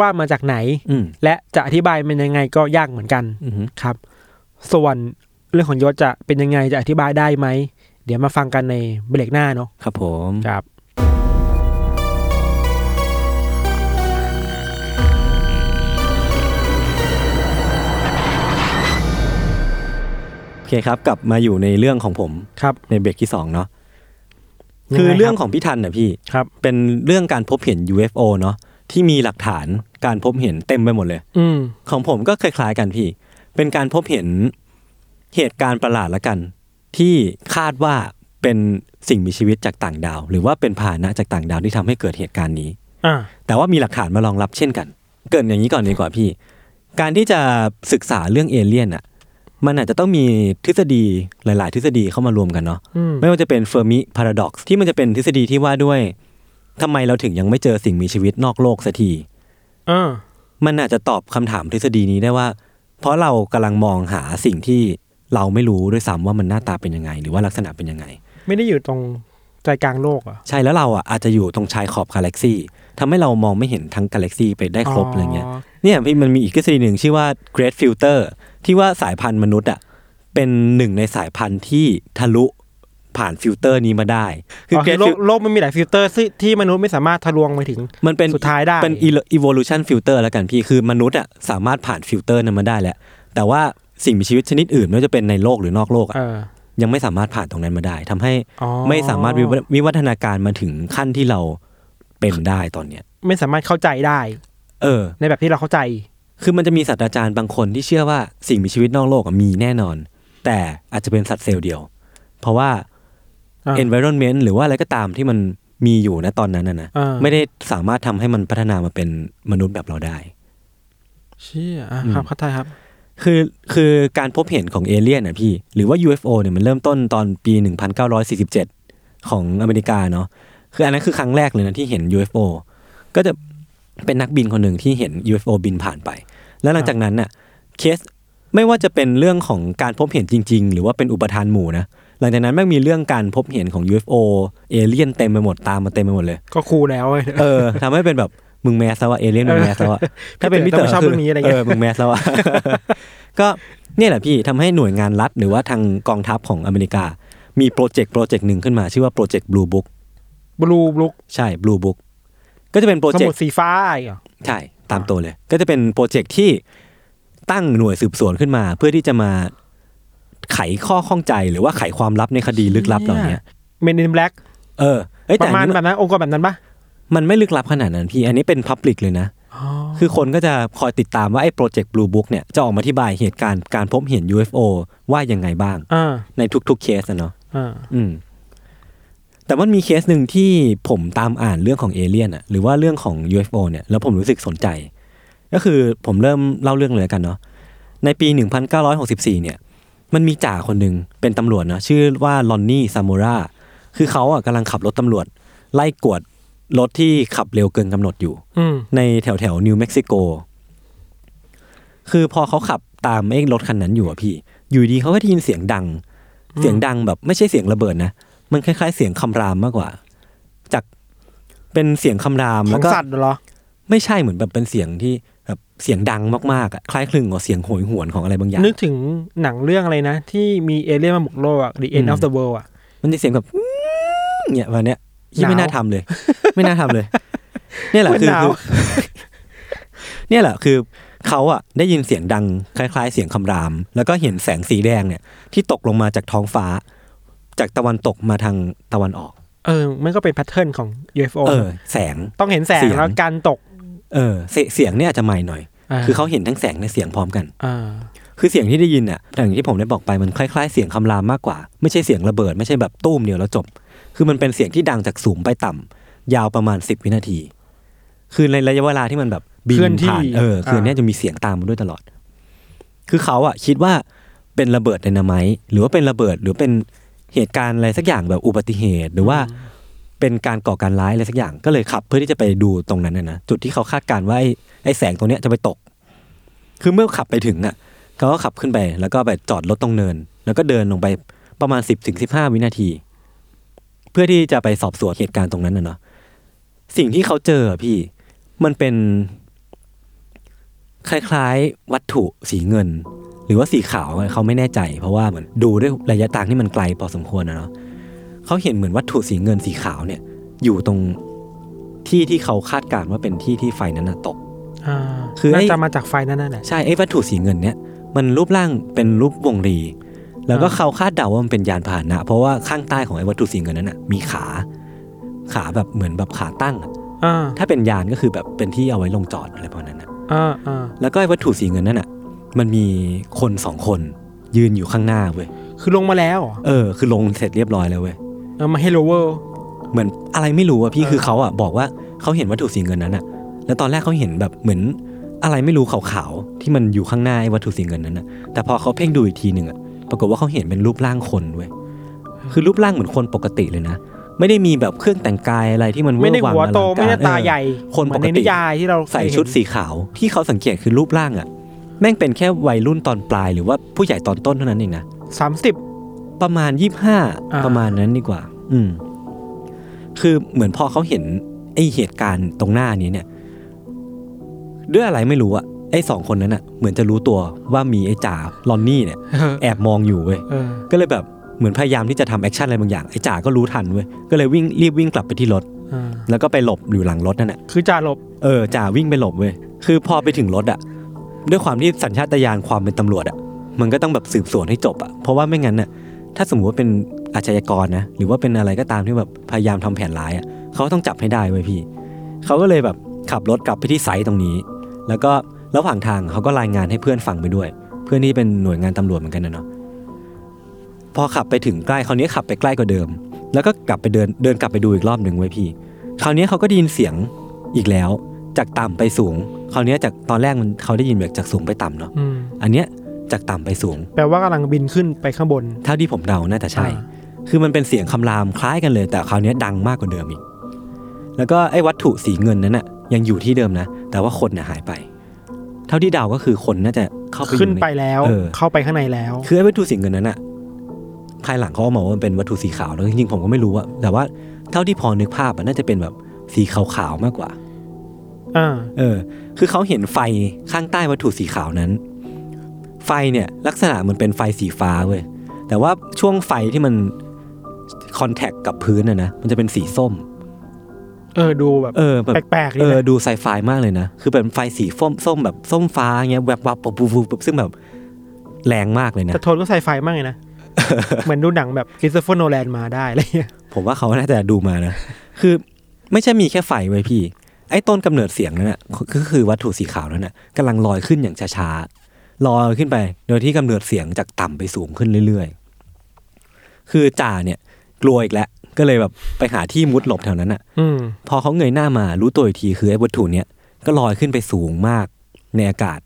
[SPEAKER 3] ว่ามาจากไหน
[SPEAKER 2] อืม
[SPEAKER 3] และจะอธิบายมันยังไงก็ยากเหมือนกัน
[SPEAKER 2] อือฮึ
[SPEAKER 3] ครับ ส่วนเรื่องของยศจะเป็นยังไงจะอธิบายได้ไหม เดี๋ยวมาฟังกันในเบรกหน้าเนาะ
[SPEAKER 2] ครับผม
[SPEAKER 3] ครับ
[SPEAKER 2] โอเคครับ กลับมาอยู่ในเรื่องของผม
[SPEAKER 3] ครับ
[SPEAKER 2] ในเบรกที่สองเนาะคือเรื่องของพี่ทันนะพี่
[SPEAKER 3] ครับ
[SPEAKER 2] เป็นเรื่องการพบเห็น UFO เนาะที่มีหลักฐานการพบเห็นเต็มไปหมดเลย
[SPEAKER 3] อืม
[SPEAKER 2] ของผมก็คล้ายๆกันพี่ เป็นการพบเห็นเหตุการณ์ประหลาดละกัน ที่คาดว่าเป็นสิ่งมีชีวิตจากต่างดาว หรือว่าเป็นพาหนะจากต่างดาวที่ทำให้เกิดเหตุการณ์นี้
[SPEAKER 3] อ่า
[SPEAKER 2] แต่ว่ามีหลักฐานมารองรับเช่นกัน เกรินอย่างนี้ก่อนดีกว่าพี่ การที่จะศึกษาเรื่องเอเลี่ยนอ่ะ มันอาจจะต้องมีทฤษฎีหลาย ๆ ทฤษฎีเข้ามารวมกันเนาะ
[SPEAKER 3] อืม
[SPEAKER 2] ไม่ว่าจะเป็นเฟอร์มิพาราด็อกซ์ที่มันจะเป็นทฤษฎีที่ว่าด้วยทำไมเราถึงยังไม่เจอสิ่งมีชีวิตนอกโลกสักที
[SPEAKER 3] อ่า
[SPEAKER 2] มันอาจจะตอบคำถามทฤษฎีนี้ได้ว่า เพราะเรากำลังมองหาสิ่งที่เราไม่รู้ด้วยซ้ำว่ามันหน้าตาเป็นยังไง หรือว่าลักษณะเป็นยังไง
[SPEAKER 3] ไม่ได้อยู่ตรงใจกลางโลกเหรอ่ะ
[SPEAKER 2] ใช่แล้วเราอ่ะอาจจะอยู่ตรงชายขอบกาแล็กซี่ทำให้เรามองไม่เห็นทั้งกาแล็กซี่ไปได้ครบอะไรเงี้ย เนี่ยพี่มันมีอีกทฤษฎีหนึ่งชื่อว่า Great Filter ที่ว่าสายพันธุ์มนุษย์อ่ะเป็นหนึ่งในสายพันธุ์ที่ทะลุผ่านฟิลเตอร์นี้มาได้
[SPEAKER 3] คืออ
[SPEAKER 2] Great
[SPEAKER 3] โลก
[SPEAKER 2] Fil-
[SPEAKER 3] โลกมันมีหลายฟิลเตอร์ที่ที่มนุษย์ไม่สามารถทะลวงไปถึง
[SPEAKER 2] มันเป็น
[SPEAKER 3] สุดท้ายได้
[SPEAKER 2] เป็น evolution filter แล้วกันพี่คือมนุษย์อ่ะสามารถผ่านฟิลเตอร์นั้นมาได้แหละแต่ว่าสิ่งมีชีวิตชนิดอื่นไม่ว่าจะเป็นในโลกหรือนอกโลก
[SPEAKER 3] เอ
[SPEAKER 2] อ่ะ
[SPEAKER 3] อ
[SPEAKER 2] ยังไม่สามารถผ่านตรงนั้นมาได้ทำให้
[SPEAKER 3] อ๋อ
[SPEAKER 2] ไม่สามารถวิวัฒวิวัฒนาการมาถึงขั้นที่เราเป็นได้ตอนเนี้ย
[SPEAKER 3] ไม่สามารถเข้าใจได้
[SPEAKER 2] เออ
[SPEAKER 3] ในแบบที่เราเข้าใจ
[SPEAKER 2] คือมันจะมีศาสตราจารย์บางคนที่เชื่อว่าสิ่งมีชีวิตนอกโลกอะมีแน่นอน แต่อาจจะเป็นสัตว์เซลล์เดียว เพราะว่า
[SPEAKER 3] อ่า
[SPEAKER 2] environment หรือว่าอะไรก็ตามที่มันมีอยู่นะตอนนั้นนะนะ
[SPEAKER 3] อ่า
[SPEAKER 2] ไม่ได้สามารถทำให้มันพัฒนามาเป็นมนุษย์แบบเราได้
[SPEAKER 3] เชี่ยอ่ะครับเข้าใจครับ
[SPEAKER 2] คือคือการพบเห็นของเอเลี่ยนนะพี่ หรือว่า UFO เนี่ยมันเริ่มต้นตอนปี 1947 ของอเมริกาเนาะคืออันนั้นคือครั้งแรกเลยนะที่เห็น UFO ก็จะเป็นนักบินคนหนึ่งที่เห็น UFO บินผ่านไป แล้วหลังจากนั้นน่ะเคสไม่ว่าจะเป็นเรื่องของการพบเห็นจริง ๆ หรือว่าเป็นอุปทานหมู่นะหลังจากนั้นแม่งมีเรื่องการพบเห็นของ UFO เอเลี่ยนเต็มไปหมดตามมาเต็มไปหมดเลย
[SPEAKER 3] ก็คูลแล้วเว้ย
[SPEAKER 2] เออทำให้เป็นแบบมึงแมสแล้วอะเอเลี่ยนมึงแมสแล้วอะถ้าเป็นพี่เต๋
[SPEAKER 3] ต้อง
[SPEAKER 2] อ
[SPEAKER 3] ไม่ชอบ
[SPEAKER 2] คื
[SPEAKER 3] เรื่องนี้อะไรเงี้ย
[SPEAKER 2] เออมึงแมสแล้วอะ *laughs* ก็เนี่ยแหละพี่ทำให้หน่วยงานรัฐหรือว่าทางกองทัพของอเมริกา มีโปรเจกต์โปรเจกต์หนึ่งขึ้นมา ชื่อว่าโปรเจกต์บลูบุ๊ก
[SPEAKER 3] บลูบลุก
[SPEAKER 2] ใช่บลูบุ๊กก็จะเป็นโปร
[SPEAKER 3] ส
[SPEAKER 2] เจก
[SPEAKER 3] มุด
[SPEAKER 2] ต์
[SPEAKER 3] สีฟ้าอีกเหรอ
[SPEAKER 2] ใช่ตามตัวเลย ก็จะเป็นโปรเจกต์ที่ตั้งหน่วยสืบสวนขึ้นมา เพื่อที่จะมาไขข้อข้องใจหรือว่าไขความลับในคดีลึกลับเหล่าเนี้ย
[SPEAKER 3] เมนินแบล็ก
[SPEAKER 2] เออเอ้ย
[SPEAKER 3] ป
[SPEAKER 2] แต่
[SPEAKER 3] ระมา
[SPEAKER 2] อัน
[SPEAKER 3] ณ
[SPEAKER 2] นี้
[SPEAKER 3] แบบนั้นองค์กรแบบนั้นปะ
[SPEAKER 2] มันไม่ลึกลับขนาดนั้นพี่อันนี้เป็นพับลิกเลยนะ
[SPEAKER 3] อ๋อ
[SPEAKER 2] คือคนก็จะคอยติดตามว่าไอ้โปรเจกต์ Blue Book เนี่ยจะออกมาอธิบายเหตุการณ์การพบเห็น UFO ว่ายังไงบ้าง
[SPEAKER 3] อ่า
[SPEAKER 2] ในทุกๆเคสนะเนาะ
[SPEAKER 3] อ่า
[SPEAKER 2] อืม แต่มันมีเคสหนึ่งที่ผมตามอ่านเรื่องของเอเลี่ยนอะหรือว่าเรื่องของ UFO เนี่ย แล้วผมรู้สึกสนใจ ก็คือผมเริ่มเล่าเรื่องเลยละกันเนาะในปี 1964 เนี่ย มันมีจ่าคนหนึ่งเป็นตำรวจเนาะชื่อว่าลอนนี่ซามูราคือเขาอะกำลังขับรถตำรวจ ไล่กวดรถที่ขับเร็วเกินกำหนดอยู่
[SPEAKER 3] อืม
[SPEAKER 2] ในแถวแถวนิวเม็กซิโก คือพอเขาขับตามไอ้รถคันนั้นอยู่อะพี่ อยู่ดีเขาก็ได้ยินเสียงดัง เสียงดังแบบไม่ใช่เสียงระเบิดนะ มันคล้ายๆ เสียงคำรามมากกว่า จากเป็นเสียงคำราม
[SPEAKER 3] ข
[SPEAKER 2] แล้
[SPEAKER 3] อง
[SPEAKER 2] วก็
[SPEAKER 3] สัตว์เหรอ
[SPEAKER 2] ไม่ใช่เหมือนแบบเป็นเสียงที่ เสียงดังมากๆอะคล้ายคลึงกับเสียงโหยหวนของอะไรบางอย่าง
[SPEAKER 3] นึกถึงหนังเรื่องอะไรนะ ที่มีเอเลี่ยนมาบุกโลกอะ The
[SPEAKER 2] อื
[SPEAKER 3] End
[SPEAKER 2] ม
[SPEAKER 3] of the World อะ
[SPEAKER 2] มันจะเสียงแบบ *laughs* อื้อเนี่ยวันเนี้ยที่ไม่
[SPEAKER 3] หนาว
[SPEAKER 2] น่าทำเลย ไม่น่าทำเลย เนี่ยแหละ
[SPEAKER 3] เหมือน
[SPEAKER 2] คือ
[SPEAKER 3] หนาว
[SPEAKER 2] คือ *laughs* เนี่ยแหละคือเขาอะได้ยินเสียงดังคล้าย ๆ เสียงคำราม แล้วก็เห็นแสงสีแดงเนี่ย ที่ตกลงมาจากท้องฟ้า จากตะวันตกมาทางตะวันออก
[SPEAKER 3] เออ มันก็เป็นแพทเทิร์นของ UFO
[SPEAKER 2] เออ แสง
[SPEAKER 3] ต้องเห็นแสง
[SPEAKER 2] เสียง
[SPEAKER 3] แล้วการตก
[SPEAKER 2] เออเสเสียงเนี่ยอาจจะใหม่หน่อย คือเขาเห็นทั้งแสงและเสียงพร้อมกัน
[SPEAKER 3] อ่า
[SPEAKER 2] คือเสียงที่ได้ยินอ่ะอย่างที่ผมได้บอกไปมันคล้ายๆเสียงคำรามมากกว่า ไม่ใช่เสียงระเบิดไม่ใช่แบบตุ้มเดียวแล้วจบ คือมันเป็นเสียงที่ดังจากสูงไปต่ำยาวประมาณสิบวินาที คือในระยะเวลาที่มันแบบบินผ่านเออคืออนเนี้ยจะมีเสียงตามมาด้วยตลอด คือเขาอ่ะคิดว่าเป็นระเบิดไดนาไมต์หรือว่าเป็นระเบิดหรือเป็นเหตุการณ์อะไรสักอย่างแบบอุบัติเหตุ หรือว่าเป็นการก่อการร้ายอะไรสักอย่างก็เลยขับ เพื่อที่จะไปดูตรงนั้นนะนะจุดที่เขาคาดการณ์ว่าไอ้ไอ้แสงตรงเนี้ยจะไปตก คือเมื่อขับไปถึงอ่ะ เขาก็ขับขึ้นไป แล้วก็ไปจอดรถตรงเนิน แล้วก็เดินลงไปประมาณสิบถึงสิบห้าวินาที เพื่อที่จะไปสอบสวนเหตุการณ์ตรงนั้นนะเนาะสิ่งที่เขาเจออะพี่ มันเป็น คล้ายๆ วัตถุสีเงิน หรือว่าสีขาวอะเขาไม่แน่ใจ เพราะว่าเหมือนดูด้วยระยะทางที่มันไกลพอสมควรนะเนาะเขาเห็นเหมือนวัตถุสีเงินสีขาวเนี่ย อยู่ตรงที่ที่เขาคาดการณ์ว่าเป็นที่ที่ไฟนั้นน่ะตก
[SPEAKER 3] อ่า
[SPEAKER 2] คือ
[SPEAKER 3] น่าจะมาจากไฟนั่นน่ะแหละ
[SPEAKER 2] ใช่ไอ้วัตถุสีเงินเนี่ยมันรูปร่างเป็นรูปวงรี แล้วก็
[SPEAKER 3] อ่า
[SPEAKER 2] เขาคาดเดาว่ามันเป็นยานพาหนะ เพราะว่าข้างใต้ของไอ้วัตถุสีเงินนั้นน่ะมีขา ขาแบบเหมือนแบบขาตั้งอะ
[SPEAKER 3] อ่า
[SPEAKER 2] ถ้าเป็นยานก็คือแบบเป็นที่เอาไว้ลงจอดอะไรประมาณนั้นนะ
[SPEAKER 3] อ่าอ่า
[SPEAKER 2] แล้วก็ไอ้วัตถุสีเงินนั้นน่ะมันมีคนสองคนยืนอยู่ข้างหน้าเว้ย
[SPEAKER 3] คือลงมาแล้วเหรอ
[SPEAKER 2] เออคือลงเสร็จเรียบร้อยแล้วเว้ย
[SPEAKER 3] เออมาเฮโลเวิลด์
[SPEAKER 2] เหมือนอะไรไม่รู้อะพี่
[SPEAKER 3] เออ
[SPEAKER 2] คือเขาอะบอกว่าเขาเห็นวัตถุสีเงินนั้นอะแล้วตอนแรกเขาเห็นแบบเหมือนอะไรไม่รู้ขาวๆที่มันอยู่ข้างหน้าไอ้วัตถุสีเงินนั้นนะแต่พอเขาเพ่งดูอีกทีหนึ่งอะ ปรากฏว่าเขาเห็นเป็นรูปร่างคนเว้ย คือรูปร่างเหมือนคนปกติเลยนะ ไม่ได้มีแบบเครื่องแต่งกายอะไรที่มัน
[SPEAKER 3] ไม่ได้
[SPEAKER 2] เอร์
[SPEAKER 3] หัว
[SPEAKER 2] งอ
[SPEAKER 3] โต
[SPEAKER 2] ลังกร
[SPEAKER 3] ไม่ได้ตาใหญ่
[SPEAKER 2] เออคน
[SPEAKER 3] เหมื
[SPEAKER 2] ป
[SPEAKER 3] อน
[SPEAKER 2] ก
[SPEAKER 3] ใน
[SPEAKER 2] ติ
[SPEAKER 3] นิยายที่เราเคย
[SPEAKER 2] ใส่
[SPEAKER 3] เห็น
[SPEAKER 2] ชุดสีขาวที่เขาสังเกตคือรูปร่างอะแม่งเป็นแค่วัยรุ่นตอนปลายหรือว่าผู้ใหญ่ตอนต้นเท่านั้นเองนะ
[SPEAKER 3] สามสิบ
[SPEAKER 2] ประมาณยี่ห้า
[SPEAKER 3] อ่า
[SPEAKER 2] ประมาณนั้นดีกว่า อืม คือเหมือนพอเขาเห็น ไอเหตุการณ์ตรงหน้านี้เนี่ย ด้วยอะไรไม่รู้อะไอสองคนนั้นอะเหมือนจะรู้ตัวว่ามีไอจ่าลอนนี่เนี่ย
[SPEAKER 3] เออ
[SPEAKER 2] แอบมองอยู่เว้ย
[SPEAKER 3] เออ
[SPEAKER 2] ก็เลยแบบเหมือนพยายามที่จะทำแอคชั่นอะไรบางอย่าง ไอ้จ่าก็รู้ทันเว้ย ก็เลยวิ่งรีบวิ่งกลับไปที่รถ
[SPEAKER 3] อ่า
[SPEAKER 2] แล้วก็ไปหลบอยู่หลังรถนั่นแหละ
[SPEAKER 3] คือจ่าหลบ
[SPEAKER 2] เออจ่าวิ่งไปหลบเว้ย คือพอไปถึงรถอะด้วยความที่สัญชาตญาณความเป็นตำรวจอะมันก็ต้องแบบสืบสวนให้จบอะเพราะว่าไม่งั้นน่ะถ้าสมมติว่าเป็นอาชญากรนะหรือว่าเป็นอะไรก็ตามที่แบบพยายามทำแผนร้ายอะเขาต้องจับให้ได้เว้ยพี่ เขาก็เลยแบบขับรถกลับไปที่ไซต์ตรงนี้ แล้วก็ระหว่างทางเขาก็รายงานให้เพื่อนฟังไปด้วย เพื่อนที่เป็นหน่วยงานตำรวจเหมือนกันนะเนาะ พอขับไปถึงใกล้คราวนี้ขับไปใกล้กว่าเดิม แล้วก็กลับไปเดินเดินกลับไปดูอีกรอบหนึ่งไว้ยพี่ คราวนี้เขาก็ได้ยินเสียงอีกแล้ว จากต่ำไปสูง คราวนี้จากตอนแรกมันเขาได้ยินแบบจากสูงไปต่ำเนาะ
[SPEAKER 3] อืม
[SPEAKER 2] อันเนี้ยจากต่ำไปสูง
[SPEAKER 3] แปลว่ากำลังบินขึ้นไปข้างบน
[SPEAKER 2] เท่าที่ผมเดาน่าจะใช่
[SPEAKER 3] อ่า
[SPEAKER 2] คือมันเป็นเสียงคำรามคล้ายกันเลย แต่คราวเนี้ยดังมากกว่าเดิมอีก แล้วก็ไอ้วัตถุสีเงินนั้นน่ะยังอยู่ที่เดิมนะ แต่ว่าคนน่ะหายไป เท่าที่เดาก็คือคนน่าจะเข้าไปอยู่
[SPEAKER 3] ขึ้น
[SPEAKER 2] ใ
[SPEAKER 3] ไปแล้ว
[SPEAKER 2] เออ
[SPEAKER 3] เข้าไปข้างในแล้ว
[SPEAKER 2] คือไอ้วัตถุสีเงินนั้นอะภายหลังเขาเอามาว่ามันเป็นวัตถุสีขาวแล้วจริงๆผมก็ไม่รู้อะแต่ว่าเท่าที่พอนึกภาพอะน่าจะเป็นแบบสีขาวๆมากกว่า
[SPEAKER 3] อ่า
[SPEAKER 2] เออ คือเขาเห็นไฟข้างใต้วัตถุสีขาวนั้น ไฟเนี่ยลักษณะมันเป็นไฟสีฟ้าเว้ย แต่ว่าช่วงไฟที่มันคอนแทคกับพื้นอะนะ มันจะเป็นสีส้ม
[SPEAKER 3] เออดูแบบ
[SPEAKER 2] เออแบบ
[SPEAKER 3] แปลกๆ
[SPEAKER 2] เอ
[SPEAKER 3] นี่
[SPEAKER 2] อ
[SPEAKER 3] นะ
[SPEAKER 2] ดูไซไฟมากเลยนะ คือเป็นไฟสีส้มส้มแบบส้มฟ้าเงี้ยแวบวับปุ๊บปุ๊บปุ๊บซึ่งแบบแรงมากเลยนะ
[SPEAKER 3] แต่โทนก็ใส่ไฟมากเลยนะ เหมือนดูหนังแบบคริสโตเฟอร์โนแลนมาได้อะไรเงี้ย
[SPEAKER 2] ผมว่าเขาน่าจะดูมานะ *laughs* คือไม่ใช่มีแค่ไฟไว้ยพี่ ไอ้ต้นกำเนิดเสียงนั่นน่ะก็คือวัตถุสีขาวนั่นน่ะกำลังลอยขึ้นอย่างช้าๆลอยขึ้นไป โดยที่กำเนิดเสียงจากต่ำไปสูงขึ้นเรื่อยๆ คือจ่าเนี่ย กลัวอีกแล้ว ก็เลยแบบไปหาที่มุดหลบแถวนั้นน่ะ
[SPEAKER 3] อืม
[SPEAKER 2] พอเขาเงยหน้ามารู้ตัวอีกทีคือไอ้วัตถุเนี้ยก็ลอยขึ้นไปสูงมากในอากาศ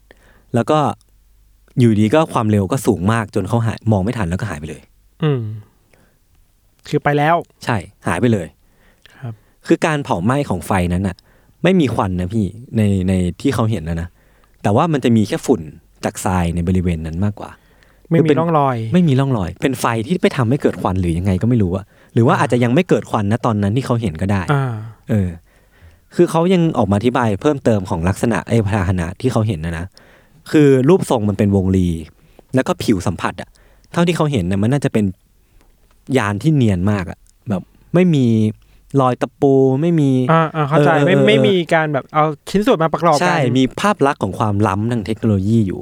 [SPEAKER 2] แล้วก็อยู่ดีก็ความเร็วก็สูงมากจนเขาหายมองไม่ทันแล้วก็หายไปเลย
[SPEAKER 3] อืม คือไปแล้ว
[SPEAKER 2] ใช่ หายไปเลย
[SPEAKER 3] ครับ
[SPEAKER 2] คือการเผาไหม้ของไฟนั้นน่ะ ไม่มีควันนะพี่ในในที่เขาเห็นนะนะ แต่ว่ามันจะมีแค่ฝุ่นจากทรายในบริเวณนั้นมากกว่า
[SPEAKER 3] ไม่
[SPEAKER 2] คือ
[SPEAKER 3] มี
[SPEAKER 2] เป็น
[SPEAKER 3] ร่องรอย
[SPEAKER 2] ไม่มีร่องรอย เป็นไฟที่ไปทำให้เกิดควันหรือยังไงก็ไม่รู้อะหรือว่าอาจจะยังไม่เกิดควันนะตอนนั้นที่เขาเห็นก็ได้
[SPEAKER 3] อ่า
[SPEAKER 2] เออ คือเขายังออกมาอธิบายเพิ่มเติมของลักษณะไอ้พาหนะที่เขาเห็นนะนะ คือรูปทรงมันเป็นวงรี แล้วก็ผิวสัมผัสอะเท่าที่เขาเห็นนะมันน่าจะเป็นยานที่เนียนมากอะแบบไม่มีรอยตะปู ไม่มี
[SPEAKER 3] อ่าอ่าเข้าใจ
[SPEAKER 2] เออ
[SPEAKER 3] ไม่
[SPEAKER 2] เออเออ
[SPEAKER 3] ไม่มีการแบบเอาชิ้นส่วนมาประกอบกั
[SPEAKER 2] ใช่ มีภาพลักษณ์ของความล้ำทางเทคโนโลยีอยู่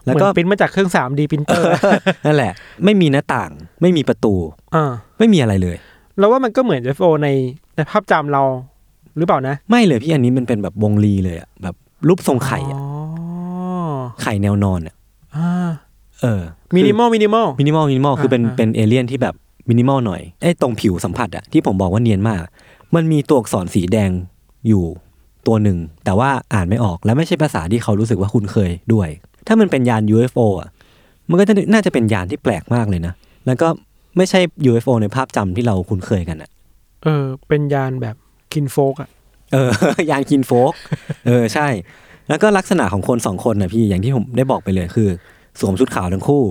[SPEAKER 3] เหมื
[SPEAKER 2] แล้ว
[SPEAKER 3] อน
[SPEAKER 2] ก็
[SPEAKER 3] ปริ้นมาจากเครื่อง 3D พิมพ์เตอร์
[SPEAKER 2] นั่นแหละ ไม่มีหน้าต่าง ไม่มีประตู
[SPEAKER 3] อ่า
[SPEAKER 2] ไม่มีอะไรเลย
[SPEAKER 3] แล้วว่ามันก็เหมือน UFO ในในภาพจำเราหรือเปล่านะ
[SPEAKER 2] ไม่เลยพี่อันนี้มันเป็นแบบวงรีเลยอะแบบรูปทรงไข่อะ
[SPEAKER 3] อ๋อ
[SPEAKER 2] ไข่แนวนอนอะ
[SPEAKER 3] อ่า
[SPEAKER 2] เออ
[SPEAKER 3] มินิมอลมินิมอล
[SPEAKER 2] มินิมอลมินิมอลคือเป็น
[SPEAKER 3] อ่า
[SPEAKER 2] เป็นเอเลี่ยนที่แบบมินิมอลหน่อยไอ้ตรงผิวสัมผัสอะที่ผมบอกว่าเนียนมาก มันมีตัวอักษรสีแดงอยู่ตัวหนึ่ง แต่ว่าอ่านไม่ออกและไม่ใช่ภาษาที่เขารู้สึกว่าคุ้นเคยด้วย ถ้ามันเป็นยาน UFO อะมันก็จะน่าจะเป็นยานที่แปลกมากเลยนะ แล้วก็ไม่ใช่ UFO ในภาพจำที่เราคุ้นเคยกันอะ
[SPEAKER 3] เออ เป็นยานแบบกินโฟกอะ
[SPEAKER 2] เออ *laughs* ยานกินโฟก เออใช่ แล้วก็ลักษณะของคนสองคนนะพี่อย่างที่ผมได้บอกไปเลยคือ สวมชุดขาวทั้งคู่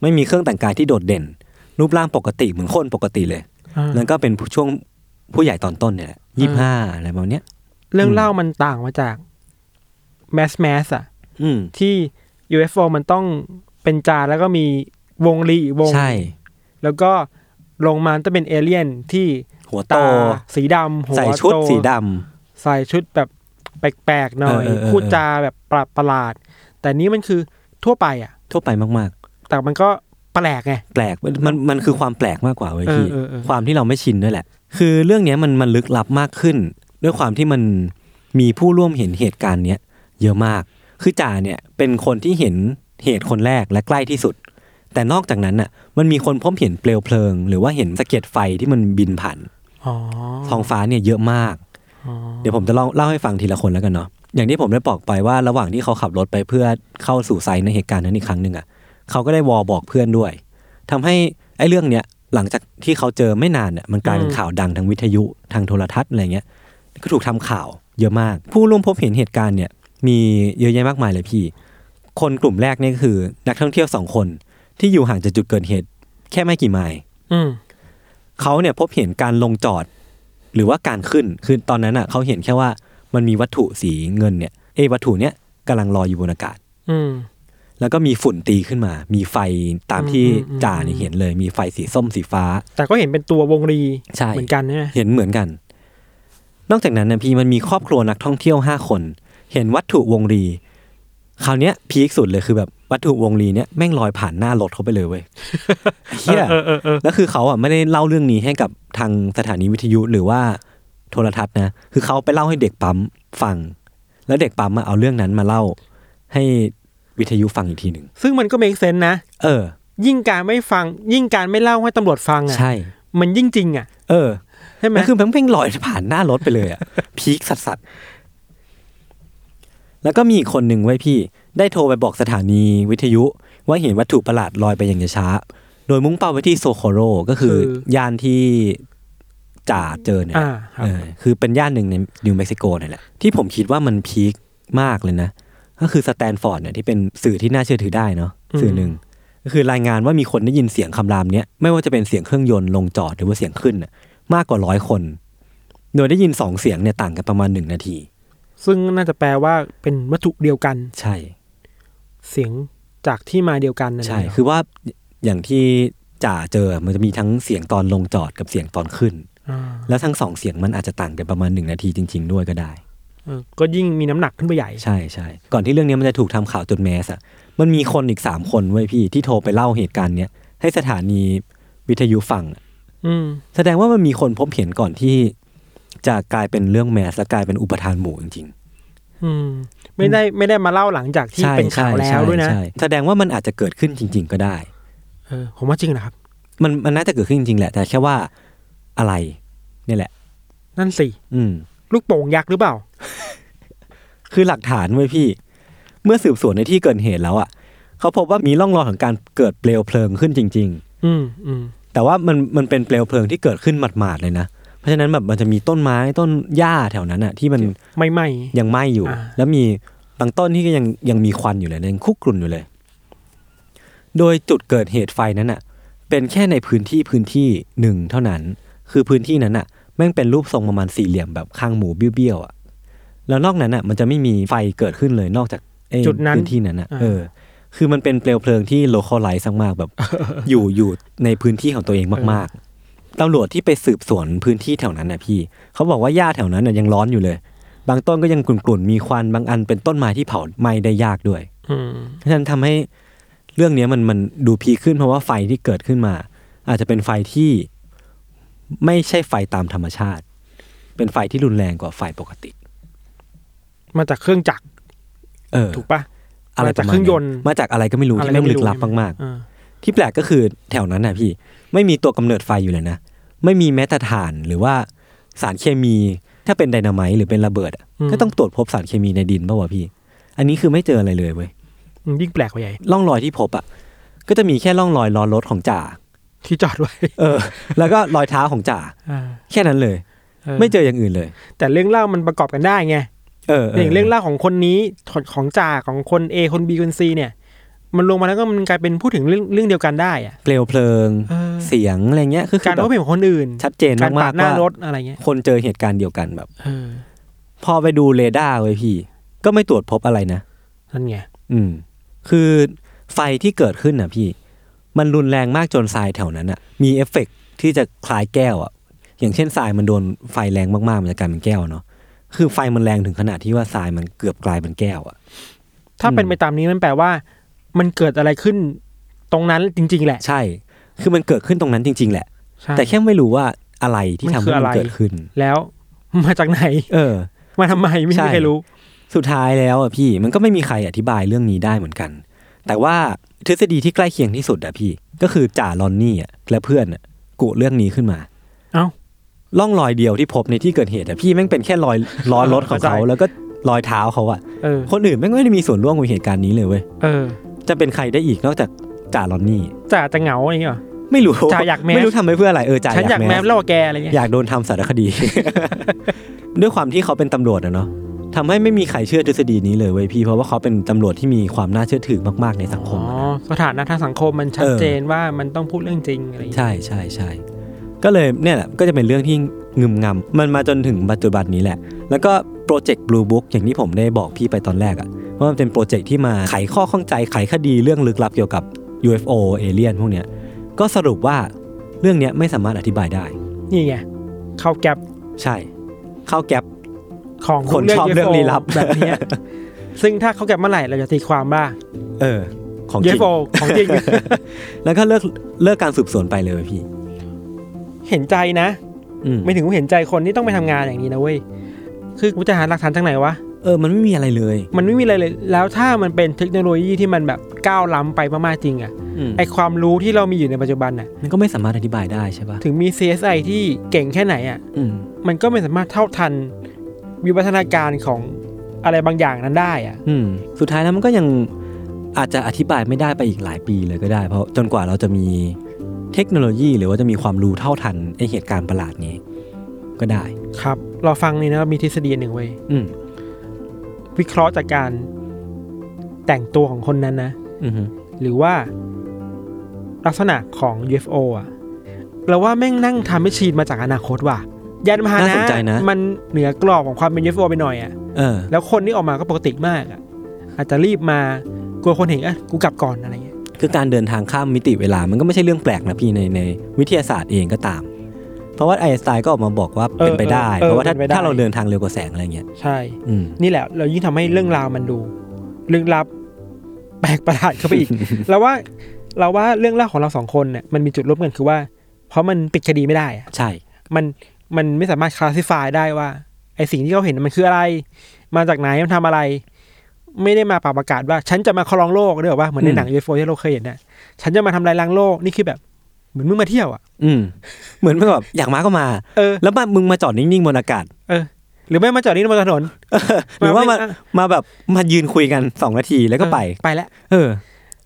[SPEAKER 2] ไม่มีเครื่องแต่งกายที่โดดเด่น รูปร่างปกติเหมือนคนปกติเลย
[SPEAKER 3] อ่า
[SPEAKER 2] แล้วก็เป็นช่วงผู้ใหญ่ตอนต้นเนี่ยแหละยี่ห้าอะไรประมาณเนี้ย
[SPEAKER 3] เรื่อง
[SPEAKER 2] อืม
[SPEAKER 3] เล่ามันต่างมาจากแมสแมสอะ
[SPEAKER 2] อืม
[SPEAKER 3] ที่ UFO มันต้องเป็นจานแล้วก็มีวงรีอีกวง
[SPEAKER 2] ใช่
[SPEAKER 3] แล้วก็ลงมาจะเป็นเอเลี่ยนที่
[SPEAKER 2] หัวโต
[SPEAKER 3] ตาสีดำหัว
[SPEAKER 2] ใส่ชุด
[SPEAKER 3] โต
[SPEAKER 2] สีด
[SPEAKER 3] ใส่ชุดแบบแปลกๆหน่อย
[SPEAKER 2] เออเออเออ
[SPEAKER 3] พูดจาแบบประหลาดๆแต่นี้มันคือทั่วไปอ่ะ
[SPEAKER 2] ำทั่วไปมาก
[SPEAKER 3] แต่มันก็แปลกไง
[SPEAKER 2] ๆ แปลกมันมันมันคือความแปลกมากกว่าเว้ย
[SPEAKER 3] เออ
[SPEAKER 2] พี่
[SPEAKER 3] เออเออ
[SPEAKER 2] ความที่เราไม่ชินด้วยแหละ คือเรื่องเนี้ยมันมันลึกลับมากขึ้น ด้วยความที่มันมีผู้ร่วมเห็นเหตุการณ์เนี้ยเยอะมาก คือจ่าเนี่ยเป็นคนที่เห็นเหตุคนแรกและใกล้ที่สุด แต่นอกจากนั้นน่ะ มันมีคนพบเห็นเปลวเพลิง หรือว่าเห็นสะเก็ดไฟที่มันบินผ่าน
[SPEAKER 3] อ๋อ
[SPEAKER 2] ท้องฟ้าเนี่ยเยอะมาก
[SPEAKER 3] อ๋อ
[SPEAKER 2] เดี๋ยวผมจะเล่าเล่าให้ฟังทีละคนแล้วกันเนาะ อย่างที่ผมได้บอกไปว่าระหว่างที่เขาขับรถไปเพื่อเข้าสู่ไซต์ในเหตุการณ์นั้นอีกครั้งหนึ่งอะ่ะ เขาก็ได้วอลบอกเพื่อนด้วยทำให้ไอ้เรื่องเนี้ยหลังจากที่เขาเจอไม่นานเนี่ยมันกลายเป็นข่าวดังทางวิทยุทางโทรทัศน์อะไรเงี้ย ก็ถูกทำข่าวเยอะมาก ผู้ร่วมพบเห็นเหตุการณ์เนี่ย มีเยอะแยะมากมายเลยพี่ คนกลุ่มแรกเนี่ยก็คือนักท่องเที่ยวสองคนที่อยู่ห่างจากจุดเกิดเหตุ แค่ไม่กี่ไมล์
[SPEAKER 3] อืม
[SPEAKER 2] เขาเนี่ยพบเห็นการลงจอดหรือว่าการขึ้น คือตอนนั้นอ่ะเขาเห็นแค่ว่ามันมีวัตถุสีเงินเนี่ยเอยวัตถุเนี่ยกำลังลอยอยู่บนอากาศ
[SPEAKER 3] อืม
[SPEAKER 2] แล้วก็มีฝุ่นตีขึ้นมา มีไฟตามที่
[SPEAKER 3] อืมอืม
[SPEAKER 2] จ่าเนี่ยเห็นเลย มีไฟสีส้มสีฟ้า
[SPEAKER 3] แต่ก็เห็นเป็นตัววงรี
[SPEAKER 2] ใช่
[SPEAKER 3] เหมือนกันใช่ไหม
[SPEAKER 2] เห็นเหมือนกัน นอกจากนั้นนะพี่มันมีครอบครัวนักท่องเที่ยวห้าคน เห็นวัตถุวงรี คราวเนี้ยพีคสุดเลยคือแบบวัตถุวงรีเนี่ยแม่งลอยผ่านหน้ารถเขาไปเลยเว้ย เฮีย
[SPEAKER 3] เออเออเออ
[SPEAKER 2] แล้วคือเขาอ่ะไม่ได้เล่าเรื่องนี้ให้กับทางสถานีวิทยุหรือว่าโทรทัศน์นะ คือเขาไปเล่าให้เด็กปั๊มฟัง แล้วเด็กปั๊มมาเอาเรื่องนั้นมาเล่าให้วิทยุฟังอีกทีหนึ่ง
[SPEAKER 3] ซึ่งมันก็เมคเซนนะ
[SPEAKER 2] เออ
[SPEAKER 3] ยิ่งการไม่ฟัง ยิ่งการไม่เล่าให้ตำรวจฟังอ่ะ
[SPEAKER 2] ใช่
[SPEAKER 3] มันยิ่งจริงอ่ะ
[SPEAKER 2] เออ
[SPEAKER 3] ใช่ไหม
[SPEAKER 2] แล้วคือแม่งเพ่งลอยผ่านหน้ารถไปเลยอ่ะ พีคสัสสัสๆแล้วก็มีอีกคนหนึ่งไว้ยพี่ ได้โทรไปบอกสถานีวิทยุ ว่าเห็นวัตถุประหลาดลอยไปอย่างช้าๆโดยมุ่งเป้าไปที่โซโคโรก็คือยานที่จ่าเจอเนี่ย
[SPEAKER 3] อ่าครับ
[SPEAKER 2] เออคือเป็นย่านหนึ่งในนิวเม็กซิโกนี่แหละ ที่ผมคิดว่ามันพีคมากเลยนะ ก็คือสแตนฟอร์ดเนี่ยที่เป็นสื่อที่น่าเชื่อถือได้เนาะสื่อหนึ่ง ก็คือรายงานว่ามีคนได้ยินเสียงคำรามเนี้ยไม่ว่าจะเป็นเสียงเครื่องยนต์ลงจอดหรือว่าเสียงขึ้นน่ะมากกว่าร้อยคน โดยได้ยินสองเสียงเนี่ยต่างกันประมาณหนึ่งนาที
[SPEAKER 3] ซึ่งน่าจะแปลว่าเป็นวัตถุเดียวกัน
[SPEAKER 2] ใช่
[SPEAKER 3] เสียงจากที่มาเดียวกันนั่น
[SPEAKER 2] ใช่
[SPEAKER 3] เง
[SPEAKER 2] คือว่าอย่างที่จ่าเจอมันจะมีทั้งเสียงตอนลงจอดกับเสียงตอนขึ้น
[SPEAKER 3] อ่า
[SPEAKER 2] แล้วทั้งสองเสียงมันอาจจะต่างกันประมาณหนึ่งนาทีจริง ๆ ด้วยก็ได้
[SPEAKER 3] เออก็ยิ่งมีน้ำหนักขึ้นไปใหญ่
[SPEAKER 2] ใช่ใช่ก่อนที่เรื่องเนี้ยมันจะถูกทำข่าวจนแมสอะมันมีคนอีกสามคนเว้ยพี่ที่โทรไปเล่าเหตุการณ์เนี้ยให้สถานีวิทยุฟังอะ
[SPEAKER 3] อืม
[SPEAKER 2] แสดงว่ามันมีคนพบเห็นก่อนที่ จะกลายเป็นเรื่องแมสและกลายเป็นอุปทานหมู่จริง
[SPEAKER 3] อืมไม่ได้ไม่ได้มาเล่าหลังจาก
[SPEAKER 2] ๆ
[SPEAKER 3] ที่
[SPEAKER 2] ใช่
[SPEAKER 3] เป็นข่าว
[SPEAKER 2] ใช่
[SPEAKER 3] แล้วด้วยนะ
[SPEAKER 2] ใช่แสดงว่ามันอาจจะเกิดขึ้นจริง ๆ ก็ได้
[SPEAKER 3] เออผมว่าจริงนะครับ
[SPEAKER 2] มันมันน่าจะเกิดขึ้นจริงๆแหละ แต่แค่ว่าอะไรเนี่ยแหละ
[SPEAKER 3] นั่นสิ
[SPEAKER 2] อืม
[SPEAKER 3] ลูกโป่งยักษ์หรือเปล่า
[SPEAKER 2] คือหลักฐานเว้ยพี่ เมื่อสืบสวนในที่เกิดเหตุแล้วอะเขาพบว่ามีร่องรอยของการเกิดเปลวเพลิงขึ้นจริง ๆ
[SPEAKER 3] อืมอืม
[SPEAKER 2] แต่ว่ามันมันเป็นเปลวเพลิงที่เกิดขึ้นหมาดๆเลยนะ เพราะฉะนั้นแบบมันจะมีต้นไม้ต้นหญ้าแถวนั้นอะที่มัน
[SPEAKER 3] ไม่ไม่
[SPEAKER 2] ยังไหม้อยู่
[SPEAKER 3] อ่า
[SPEAKER 2] แล้วมีบางต้นที่ก็ยังยังมีควันอยู่เลยยังคุกรุ่นอยู่เลย โดยจุดเกิดเหตุไฟนั้นอะเป็นแค่ในพื้นที่พื้นที่หนึ่งเท่านั้น คือพื้นที่นั้นอะ แม่งเป็นรูปทรงประมาณสี่เหลี่ยมแบบข้างหมูเบี้ยวๆอ่ะแล้วนอกนั้นอ่ะ มันจะไม่มีไฟเกิดขึ้นเลยนอกจากไอ้
[SPEAKER 3] จุดนั้น
[SPEAKER 2] พื้นที่นั้นอ่ะ
[SPEAKER 3] อ่า
[SPEAKER 2] เออ คือมันเป็นเปลวเพลิงที่โลคอลไลซ์มาก
[SPEAKER 3] *laughs*
[SPEAKER 2] ๆแบบ อยู่อยู่ในพื้นที่ของตัวเองมากๆตำรวจที่ไปสืบสวนพื้นที่แถวนั้นนะพี่ เขาบอกว่าหญ้าแถวนั้นน่ะยังร้อนอยู่เลย บางต้นก็ยังกลุ่นๆมีควันบางอันเป็นต้นไม้ที่เผาไหม้ได้ยากด้วย
[SPEAKER 3] อืม
[SPEAKER 2] เพราะฉะนั้นทำให้เรื่องเนี้ยมันมันดูพีคขึ้นเพราะว่าไฟที่เกิดขึ้นมา อาจจะเป็นไฟที่ไม่ใช่ไฟตามธรรมชาติ เป็นไฟที่รุนแรงกว่าไฟปกติ
[SPEAKER 3] มาจากเครื่องจักร
[SPEAKER 2] เออ
[SPEAKER 3] ถูกปะ
[SPEAKER 2] อะไร
[SPEAKER 3] มาจาก
[SPEAKER 2] ปะ
[SPEAKER 3] เครื่องยนต์
[SPEAKER 2] มาจากอะไรก็ไม่รู้ที่ไม่งลึกลับมาก
[SPEAKER 3] อ่า
[SPEAKER 2] ๆ ที่แปลกก็คือแถวนั้นนะพี่ ไม่มีตัวกำเนิดไฟอยู่เลยนะ ไม่มีแม้แต่ถ่านหรือว่าสารเคมีถ้าเป็นไดนาไมต์หรือเป็นระเบิดอะก็ต้องตรวจพบสารเคมีในดินป่าวะพี่ อันนี้คือไม่เจออะไรเลยเว้ย
[SPEAKER 3] อืมยิ่งแปลกกว่าใหญ่
[SPEAKER 2] ร่องรอยที่พบอ่ะก็จะมีแค่ร่องรอยล้อรถของจ่า
[SPEAKER 3] ที่จอดไว้
[SPEAKER 2] เออแล้วก็รอยเท้าของจ่า
[SPEAKER 3] อ่า
[SPEAKER 2] แค่นั้นเลย
[SPEAKER 3] เออ
[SPEAKER 2] ไม่เจออย่างอื่นเลย
[SPEAKER 3] แต่เรื่องเล่ามันประกอบกันได้ไง
[SPEAKER 2] เออ
[SPEAKER 3] อย่างเรื่องเล่าของคนนี้ของของจ่าของคน A คน B คน C เนี่ย มันลงมาแล้วก็มันกลายเป็นพูดถึงเรื่องเรื่องเดียวกันได้อะ
[SPEAKER 2] เปลวเพลิง
[SPEAKER 3] เออ
[SPEAKER 2] เสียงอะไรเงี้ยคือคื
[SPEAKER 3] กา
[SPEAKER 2] อ
[SPEAKER 3] ร
[SPEAKER 2] แบ
[SPEAKER 3] พบบ เห็นของคนอื่น
[SPEAKER 2] ชัดเจน
[SPEAKER 3] การ
[SPEAKER 2] มาก
[SPEAKER 3] ปาด
[SPEAKER 2] ๆ
[SPEAKER 3] หน้า
[SPEAKER 2] ว่าร
[SPEAKER 3] ถอะไรเงี้ย
[SPEAKER 2] คนเจอเหตุการณ์เดียวกันแบบ
[SPEAKER 3] เออ
[SPEAKER 2] พอไปดูเรดาร์ไว้ยพี่ ก็ไม่ตรวจพบอะไรนะ
[SPEAKER 3] นั่นไง
[SPEAKER 2] อืม คือไฟที่เกิดขึ้นน่ะพี่ มันรุนแรงมากจนทรายแถวนั้นอ่ะ มีเอฟเฟกต์ที่จะคล้ายแก้วอ่ะ อย่างเช่นทรายมันโดนไฟแรงมากๆมันจะกลายเป็นแก้วเนาะคือไฟมันแรงถึงขนาดที่ว่าทรายมันเกือบกลายเป็นแก้วอ่ะ
[SPEAKER 3] ถ้า
[SPEAKER 2] อืม
[SPEAKER 3] เป็นไปตามนี้มันแปลว่า มันเกิดอะไรขึ้นตรงนั้นจริง ๆ แหละ
[SPEAKER 2] ใช่ คือมันเกิดขึ้นตรงนั้นจริง ๆ แหละ
[SPEAKER 3] ใช่
[SPEAKER 2] แต่แค่ไม่รู้ว่าอะไรที่ทำให้
[SPEAKER 3] มันคืออะ
[SPEAKER 2] มัน
[SPEAKER 3] ไร
[SPEAKER 2] เกิดขึ้น
[SPEAKER 3] แล้วมาจากไหน *laughs*
[SPEAKER 2] เออ
[SPEAKER 3] มาทำไมไม่
[SPEAKER 2] ใช่
[SPEAKER 3] มีใครรู้
[SPEAKER 2] สุดท้ายแล้วอ่ะพี่ มันก็ไม่มีใครอธิบายเรื่องนี้ได้เหมือนกัน แต่ว่าทฤษฎีที่ใกล้เคียงที่สุดอ่ะพี่ ก็คือจ่าลอนนี่อ่ะและเพื่อนอ่ะกุเรื่องนี้ขึ้นมา
[SPEAKER 3] เอ้า
[SPEAKER 2] ล่องรอยเดียวที่พบในที่เกิดเหตุอ่ะพี่แม่งเป็นแค่
[SPEAKER 3] *laughs*
[SPEAKER 2] รอยล้อรถของเขา แล้วก็รอยเท้าเขาอ่ะ
[SPEAKER 3] เออ
[SPEAKER 2] คนอื่นแม่งไม่ได้มีส่วนร่วมกับเหตุการณ์นี้เลยเว้ย
[SPEAKER 3] เออ
[SPEAKER 2] จะเป็นใครได้อีกนอกจากจ่าลอนนี่
[SPEAKER 3] จ่าจะเหงาอย่างเงี้ยเหรอ
[SPEAKER 2] ไม่รู้
[SPEAKER 3] จ่าอยากแมส
[SPEAKER 2] ไม่รู้ทำไปเพื่ออะไรเออจ่า
[SPEAKER 3] ฉัน
[SPEAKER 2] อา
[SPEAKER 3] อ
[SPEAKER 2] ย
[SPEAKER 3] ยาก ก
[SPEAKER 2] แม
[SPEAKER 3] แม
[SPEAKER 2] ส
[SPEAKER 3] ปล่อแกอะไรเงี้ย
[SPEAKER 2] อยากโดนทำสารคดี *laughs* ด้วยความที่เขาเป็นตำรวจนะเนาะทำให้ไม่มีใครเชื่อทฤษฎีนี้เลยเว้ยพี่ เพราะว่าเขาเป็นตำรวจที่มีความน่าเชื่อถือมากๆในสังค
[SPEAKER 3] อ๋อ
[SPEAKER 2] มอะนะ
[SPEAKER 3] สถานะทางสังคมมันชัด
[SPEAKER 2] เออ
[SPEAKER 3] เจนว่ามันต้องพูดเรื่องจริงอะไรอย่างเงี้ย
[SPEAKER 2] ใช่ใช่ใช่ก็เลยเนี่ยแหละก็จะเป็นเรื่องที่งึมงำมันมาจนถึงปัจจุบันนี้แหละ แล้วก็โปรเจกต์ Blue Book อย่างที่ผมได้บอกพี่ไปตอนแรกอะว่ามันเป็นโปรเจกต์ที่มาไขข้อข้องใจไขคดีเรื่องลึกลับเกี่ยวกับ UFO เอเลี่ยนพวกเนี้ยก็สรุปว่าเรื่องเนี้ยไม่สามารถอธิบายได้
[SPEAKER 3] นี่ไงเข้าแก็บ
[SPEAKER 2] ใช่ เข้าแก๊ป
[SPEAKER 3] ของ
[SPEAKER 2] คนชอบเรื่องลี้ลับ
[SPEAKER 3] แบบเนี้ยซึ่งถ้าเขาแก็บเมื่อไหร่เราจะตีความว่า
[SPEAKER 2] เออ ของจริง
[SPEAKER 3] UFO ของ
[SPEAKER 2] *laughs*
[SPEAKER 3] จริง
[SPEAKER 2] แล้วก็เลิกเลิกการสืบสวนไปเลยเว้ยพี่
[SPEAKER 3] เห็นใจนะ
[SPEAKER 2] อืม
[SPEAKER 3] ไม่ถึงกูเห็นใจคนที่ต้องไปทำงานอย่างนี้นะเว้ยคือกูจะหาหลักฐานจากไหนวะ
[SPEAKER 2] เออ มันไม่มีอะไรเลย
[SPEAKER 3] มันไม่มีอะไรเลย แล้วถ้ามันเป็นเทคโนโลยีที่มันแบบก้าวล้ำไปมากๆจริงอะ
[SPEAKER 2] อืม
[SPEAKER 3] ไอความรู้ที่เรามีอยู่ในปัจจุบันน่ะ
[SPEAKER 2] มันก็ไม่สามารถอธิบายได้ใช่ป่ะ
[SPEAKER 3] ถึงมี CSI ที่เก่งแค่ไหนอะ
[SPEAKER 2] อืม
[SPEAKER 3] มันก็ไม่สามารถเท่าทันวิวัฒนาการของอะไรบางอย่างนั้นได้อะ
[SPEAKER 2] อืม สุดท้ายแล้วมันก็ยังอาจจะอธิบายไม่ได้ไปอีกหลายปีเลยก็ได้ เพราะจนกว่าเราจะมีเทคโนโลยีหรือว่าจะมีความรู้เท่าทันไอเหตุการณ์ประหลาดนี้ ก็ได้
[SPEAKER 3] ครับ เราฟังนี่นะเรามีทฤษฎีอันหนึ่งเว้ย
[SPEAKER 2] อืม
[SPEAKER 3] วิเคราะห์จากการแต่งตัวของคนนั้นนะ
[SPEAKER 2] อืม
[SPEAKER 3] หรือว่าลักษณะของ UFO อะเราว่าแม่งนั่งทำให้ชีนมาจากอนาคตว่ะยานพาห
[SPEAKER 2] น่า
[SPEAKER 3] นะ
[SPEAKER 2] สนใจนะ
[SPEAKER 3] มันเหนือกรอบของความเป็น UFO ไปหน่อยอะ
[SPEAKER 2] เออ
[SPEAKER 3] แล้วคนที่ออกมาก็ปกติมากอะอาจจะรีบมากลัวคนเห็นอ่ะกูกลับก่อนอะไรเงี้ย
[SPEAKER 2] คือการเดินทางข้ามมิติเวลา มันก็ไม่ใช่เรื่องแปลกนะพี่ในในวิทยาศาสตร์เองก็ตาม เพราะว่าไอน์สไตน์ก็ออกมาบอกว่าเป็นไปได้ เพราะว่าถ้าถ้าเราเดินทางเร็วกว่าแสงอะไรเงี้ย
[SPEAKER 3] ใช่
[SPEAKER 2] อืม
[SPEAKER 3] นี่แหละ เรายิ่งทำให้เรื่องราวมันดูลึกลับแปลกประหลาดเข้าไป
[SPEAKER 2] *laughs*
[SPEAKER 3] อีก เราว่าเราว่าเรื่องเล่าของเราสองคนเนี่ยมันมีจุดร่วมกันคือว่า เพราะมันปิดคดีไม่ได้อะ
[SPEAKER 2] ใช่
[SPEAKER 3] มันมันไม่สามารถคลาสสิฟายได้ว่าไอสิ่งที่เขาเห็นมันคืออะไร มาจากไหนมันทำอะไร ไม่ได้มาปราบประกาศว่า ฉันจะมาครองโลกเนอะว่าเหมือนใน
[SPEAKER 2] อืม
[SPEAKER 3] หนังยูโฟที่เราเคยเห็นน่ะฉันจะมาทำลายล้างโลกนี่คือแบบเหมือนมึงมาเที่ยวอ่ะ
[SPEAKER 2] อืม เหมือนมันแบบอยากมาก็มา
[SPEAKER 3] เออ
[SPEAKER 2] แล้วมามึงมาจอดนิ่งๆบนอากาศ
[SPEAKER 3] หรือไม่มาจอดนี่บนถนน
[SPEAKER 2] หรือว่ามา
[SPEAKER 3] ไอ่ะ
[SPEAKER 2] มาแบบมายืนคุยกันสองนาทีแล้วก็ไป
[SPEAKER 3] ไปแล้ว
[SPEAKER 2] เออ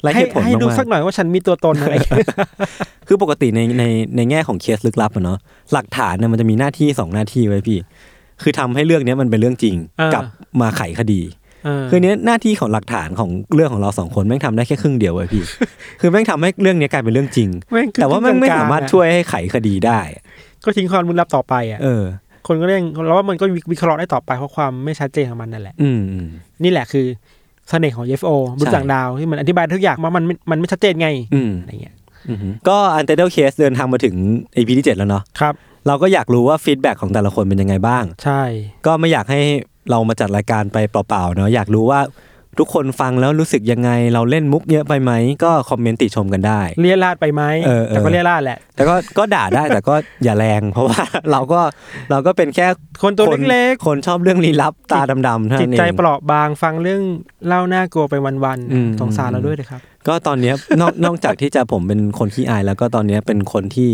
[SPEAKER 2] ไร
[SPEAKER 3] ให้
[SPEAKER 2] เหตุผล
[SPEAKER 3] ให้ดู
[SPEAKER 2] มา
[SPEAKER 3] สั
[SPEAKER 2] ก
[SPEAKER 3] กหน่อยว่าฉันมีตัวตนอะไรอย่างเงี้ย
[SPEAKER 2] ๆคือปกติในในในแง่ของเคสลึกลับอะเนาะหลักฐานเนี่ยมันจะมีหน้าที่สองหน้าที่ไว้พี่ คือทำให้เรื่องเนี้ยมันเป็นเรื่องจริง
[SPEAKER 3] อ่า
[SPEAKER 2] กั
[SPEAKER 3] กั
[SPEAKER 2] บมาไขคดี
[SPEAKER 3] เออ
[SPEAKER 2] คือเนี้ยหน้าที่ของหลักฐานของเรื่องของเราสองคนแม่งทำได้แค่ครึ่งเดียวเว้ย
[SPEAKER 3] *laughs*
[SPEAKER 2] พี่ คือแม่งทำให้เรื่องเนี้ยกลายเป็นเรื่องจริง
[SPEAKER 3] ม่งคือ
[SPEAKER 2] แต่ว่าแม่งไม่สามารถช่วยให้ไขคดีได้
[SPEAKER 3] ก็ทิ้งความลึกลับต่อไปอ่ะ
[SPEAKER 2] เออ
[SPEAKER 3] คนก็เร่งเราว่ามันก็วิเคราะห์ได้ต่อไปเพราะความไม่ชัดเจนของมันนั่นแหละ
[SPEAKER 2] อืมอืม
[SPEAKER 3] นี่แหละคือเสน่ห์ของ UFO บนต่างดาวที่มันอธิบายทุกอย่างมามันไม่มันไม่ชัดเจนไง
[SPEAKER 2] อืม
[SPEAKER 3] อะไรเงี้ย
[SPEAKER 2] อืมก็อันเทอร์เคสเดินทางมาถึง EP ที่ 7 แล้วเนาะ
[SPEAKER 3] ครับ
[SPEAKER 2] เราก็อยากรู้ว่าฟีดแบ็กของแต่ละคนเป็นยังไงบ้าง
[SPEAKER 3] ใช่
[SPEAKER 2] ก็ไม่อยากให้เรามาจัดรายการไปเปล่าๆเนาะอยากรู้ว่าทุกคนฟังแล้วรู้สึกยังไง เราเล่นมุกเยอะไปไหม ก็คอมเมนต์ติชมกันได้
[SPEAKER 3] เลี่ยราดไปไหม
[SPEAKER 2] เออเออ
[SPEAKER 3] แต่ก็เลี่ยราดแหละ
[SPEAKER 2] แต่ก็ก็ด่าได้แต่ก็อย่าแรง เพราะว่า *laughs* เราก็เราก็เป็นแค่
[SPEAKER 3] คนตัวเล็ก
[SPEAKER 2] คนชอบเรื่องลี้ลับตาดำๆ
[SPEAKER 3] ๆ
[SPEAKER 2] เท่า
[SPEAKER 3] จิต
[SPEAKER 2] นั้นเอ
[SPEAKER 3] ใจ
[SPEAKER 2] ง
[SPEAKER 3] เปราะบางฟังเรื่องเล่าน่ากลัวไปวัน
[SPEAKER 2] อืม
[SPEAKER 3] ๆสงสารเราด้วยเลยครับ
[SPEAKER 2] ก็ตอนเนี้ยนอกนอกจากที่จะผมเป็นคนขี้อายแล้วก็ตอนเนี้ยเป็นคนที่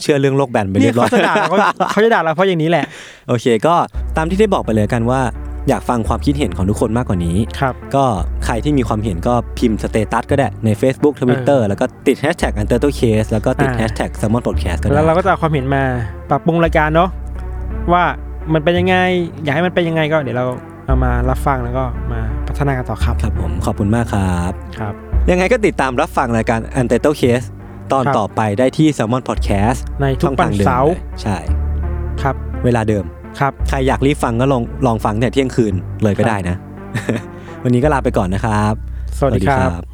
[SPEAKER 2] เชื่อเรื่องโลกแบนไป
[SPEAKER 3] เนี่
[SPEAKER 2] เรี
[SPEAKER 3] ย
[SPEAKER 2] ยบร้อ
[SPEAKER 3] เขา
[SPEAKER 2] ย
[SPEAKER 3] จะด่าเราเขาจะด่าเราเพราะอย่างนี้แหละ
[SPEAKER 2] โอเคก็ตามที่ได้บอกไปเลยกันว่า อยากฟังความคิดเห็นของทุกคนมากกว่านี้
[SPEAKER 3] ครับ
[SPEAKER 2] ก็ใครที่มีความเห็นก็พิมพ์สเตตัสก็ได้ใน Facebook Twitter แล้วก็ติดแฮชแท็ก u n t e r t l e Case แล้วก็ติด
[SPEAKER 3] อ่า
[SPEAKER 2] แฮชแท็ก s a l m o n Podcast ก็ได้
[SPEAKER 3] แล้วเราก็จะเอาความเห็นมาปรับปรุงรายการเนาะว่ามันเป็นยังไง อยากให้มันเป็นยังไงก็เดี๋ยวเราเอามารับฟังแล้วก็มาพัฒนากันต่อครับ
[SPEAKER 2] ครับผมขอบคุณมากครับ
[SPEAKER 3] ครับ
[SPEAKER 2] ยังไงก็ติดตามรับฟังรายการ u n t e r t l e Case ตอน
[SPEAKER 3] ครับ
[SPEAKER 2] ต่อไปได้ที่ s a l m o n Podcast
[SPEAKER 3] ในทุ
[SPEAKER 2] ช่
[SPEAKER 3] ก
[SPEAKER 2] อง
[SPEAKER 3] ปั
[SPEAKER 2] ทาน งเดิม
[SPEAKER 3] เสาร์
[SPEAKER 2] เลยใช่
[SPEAKER 3] ครับ
[SPEAKER 2] เวลาเดิม
[SPEAKER 3] ครับ
[SPEAKER 2] ใครอยากรีบฟังก็ลอง *laughs* ลองฟังแต่เที่ยงคืนเลยก็ได้นะ วันนี้ก็ลาไปก่อนนะครับ
[SPEAKER 3] สวัสดีครับ
[SPEAKER 2] บ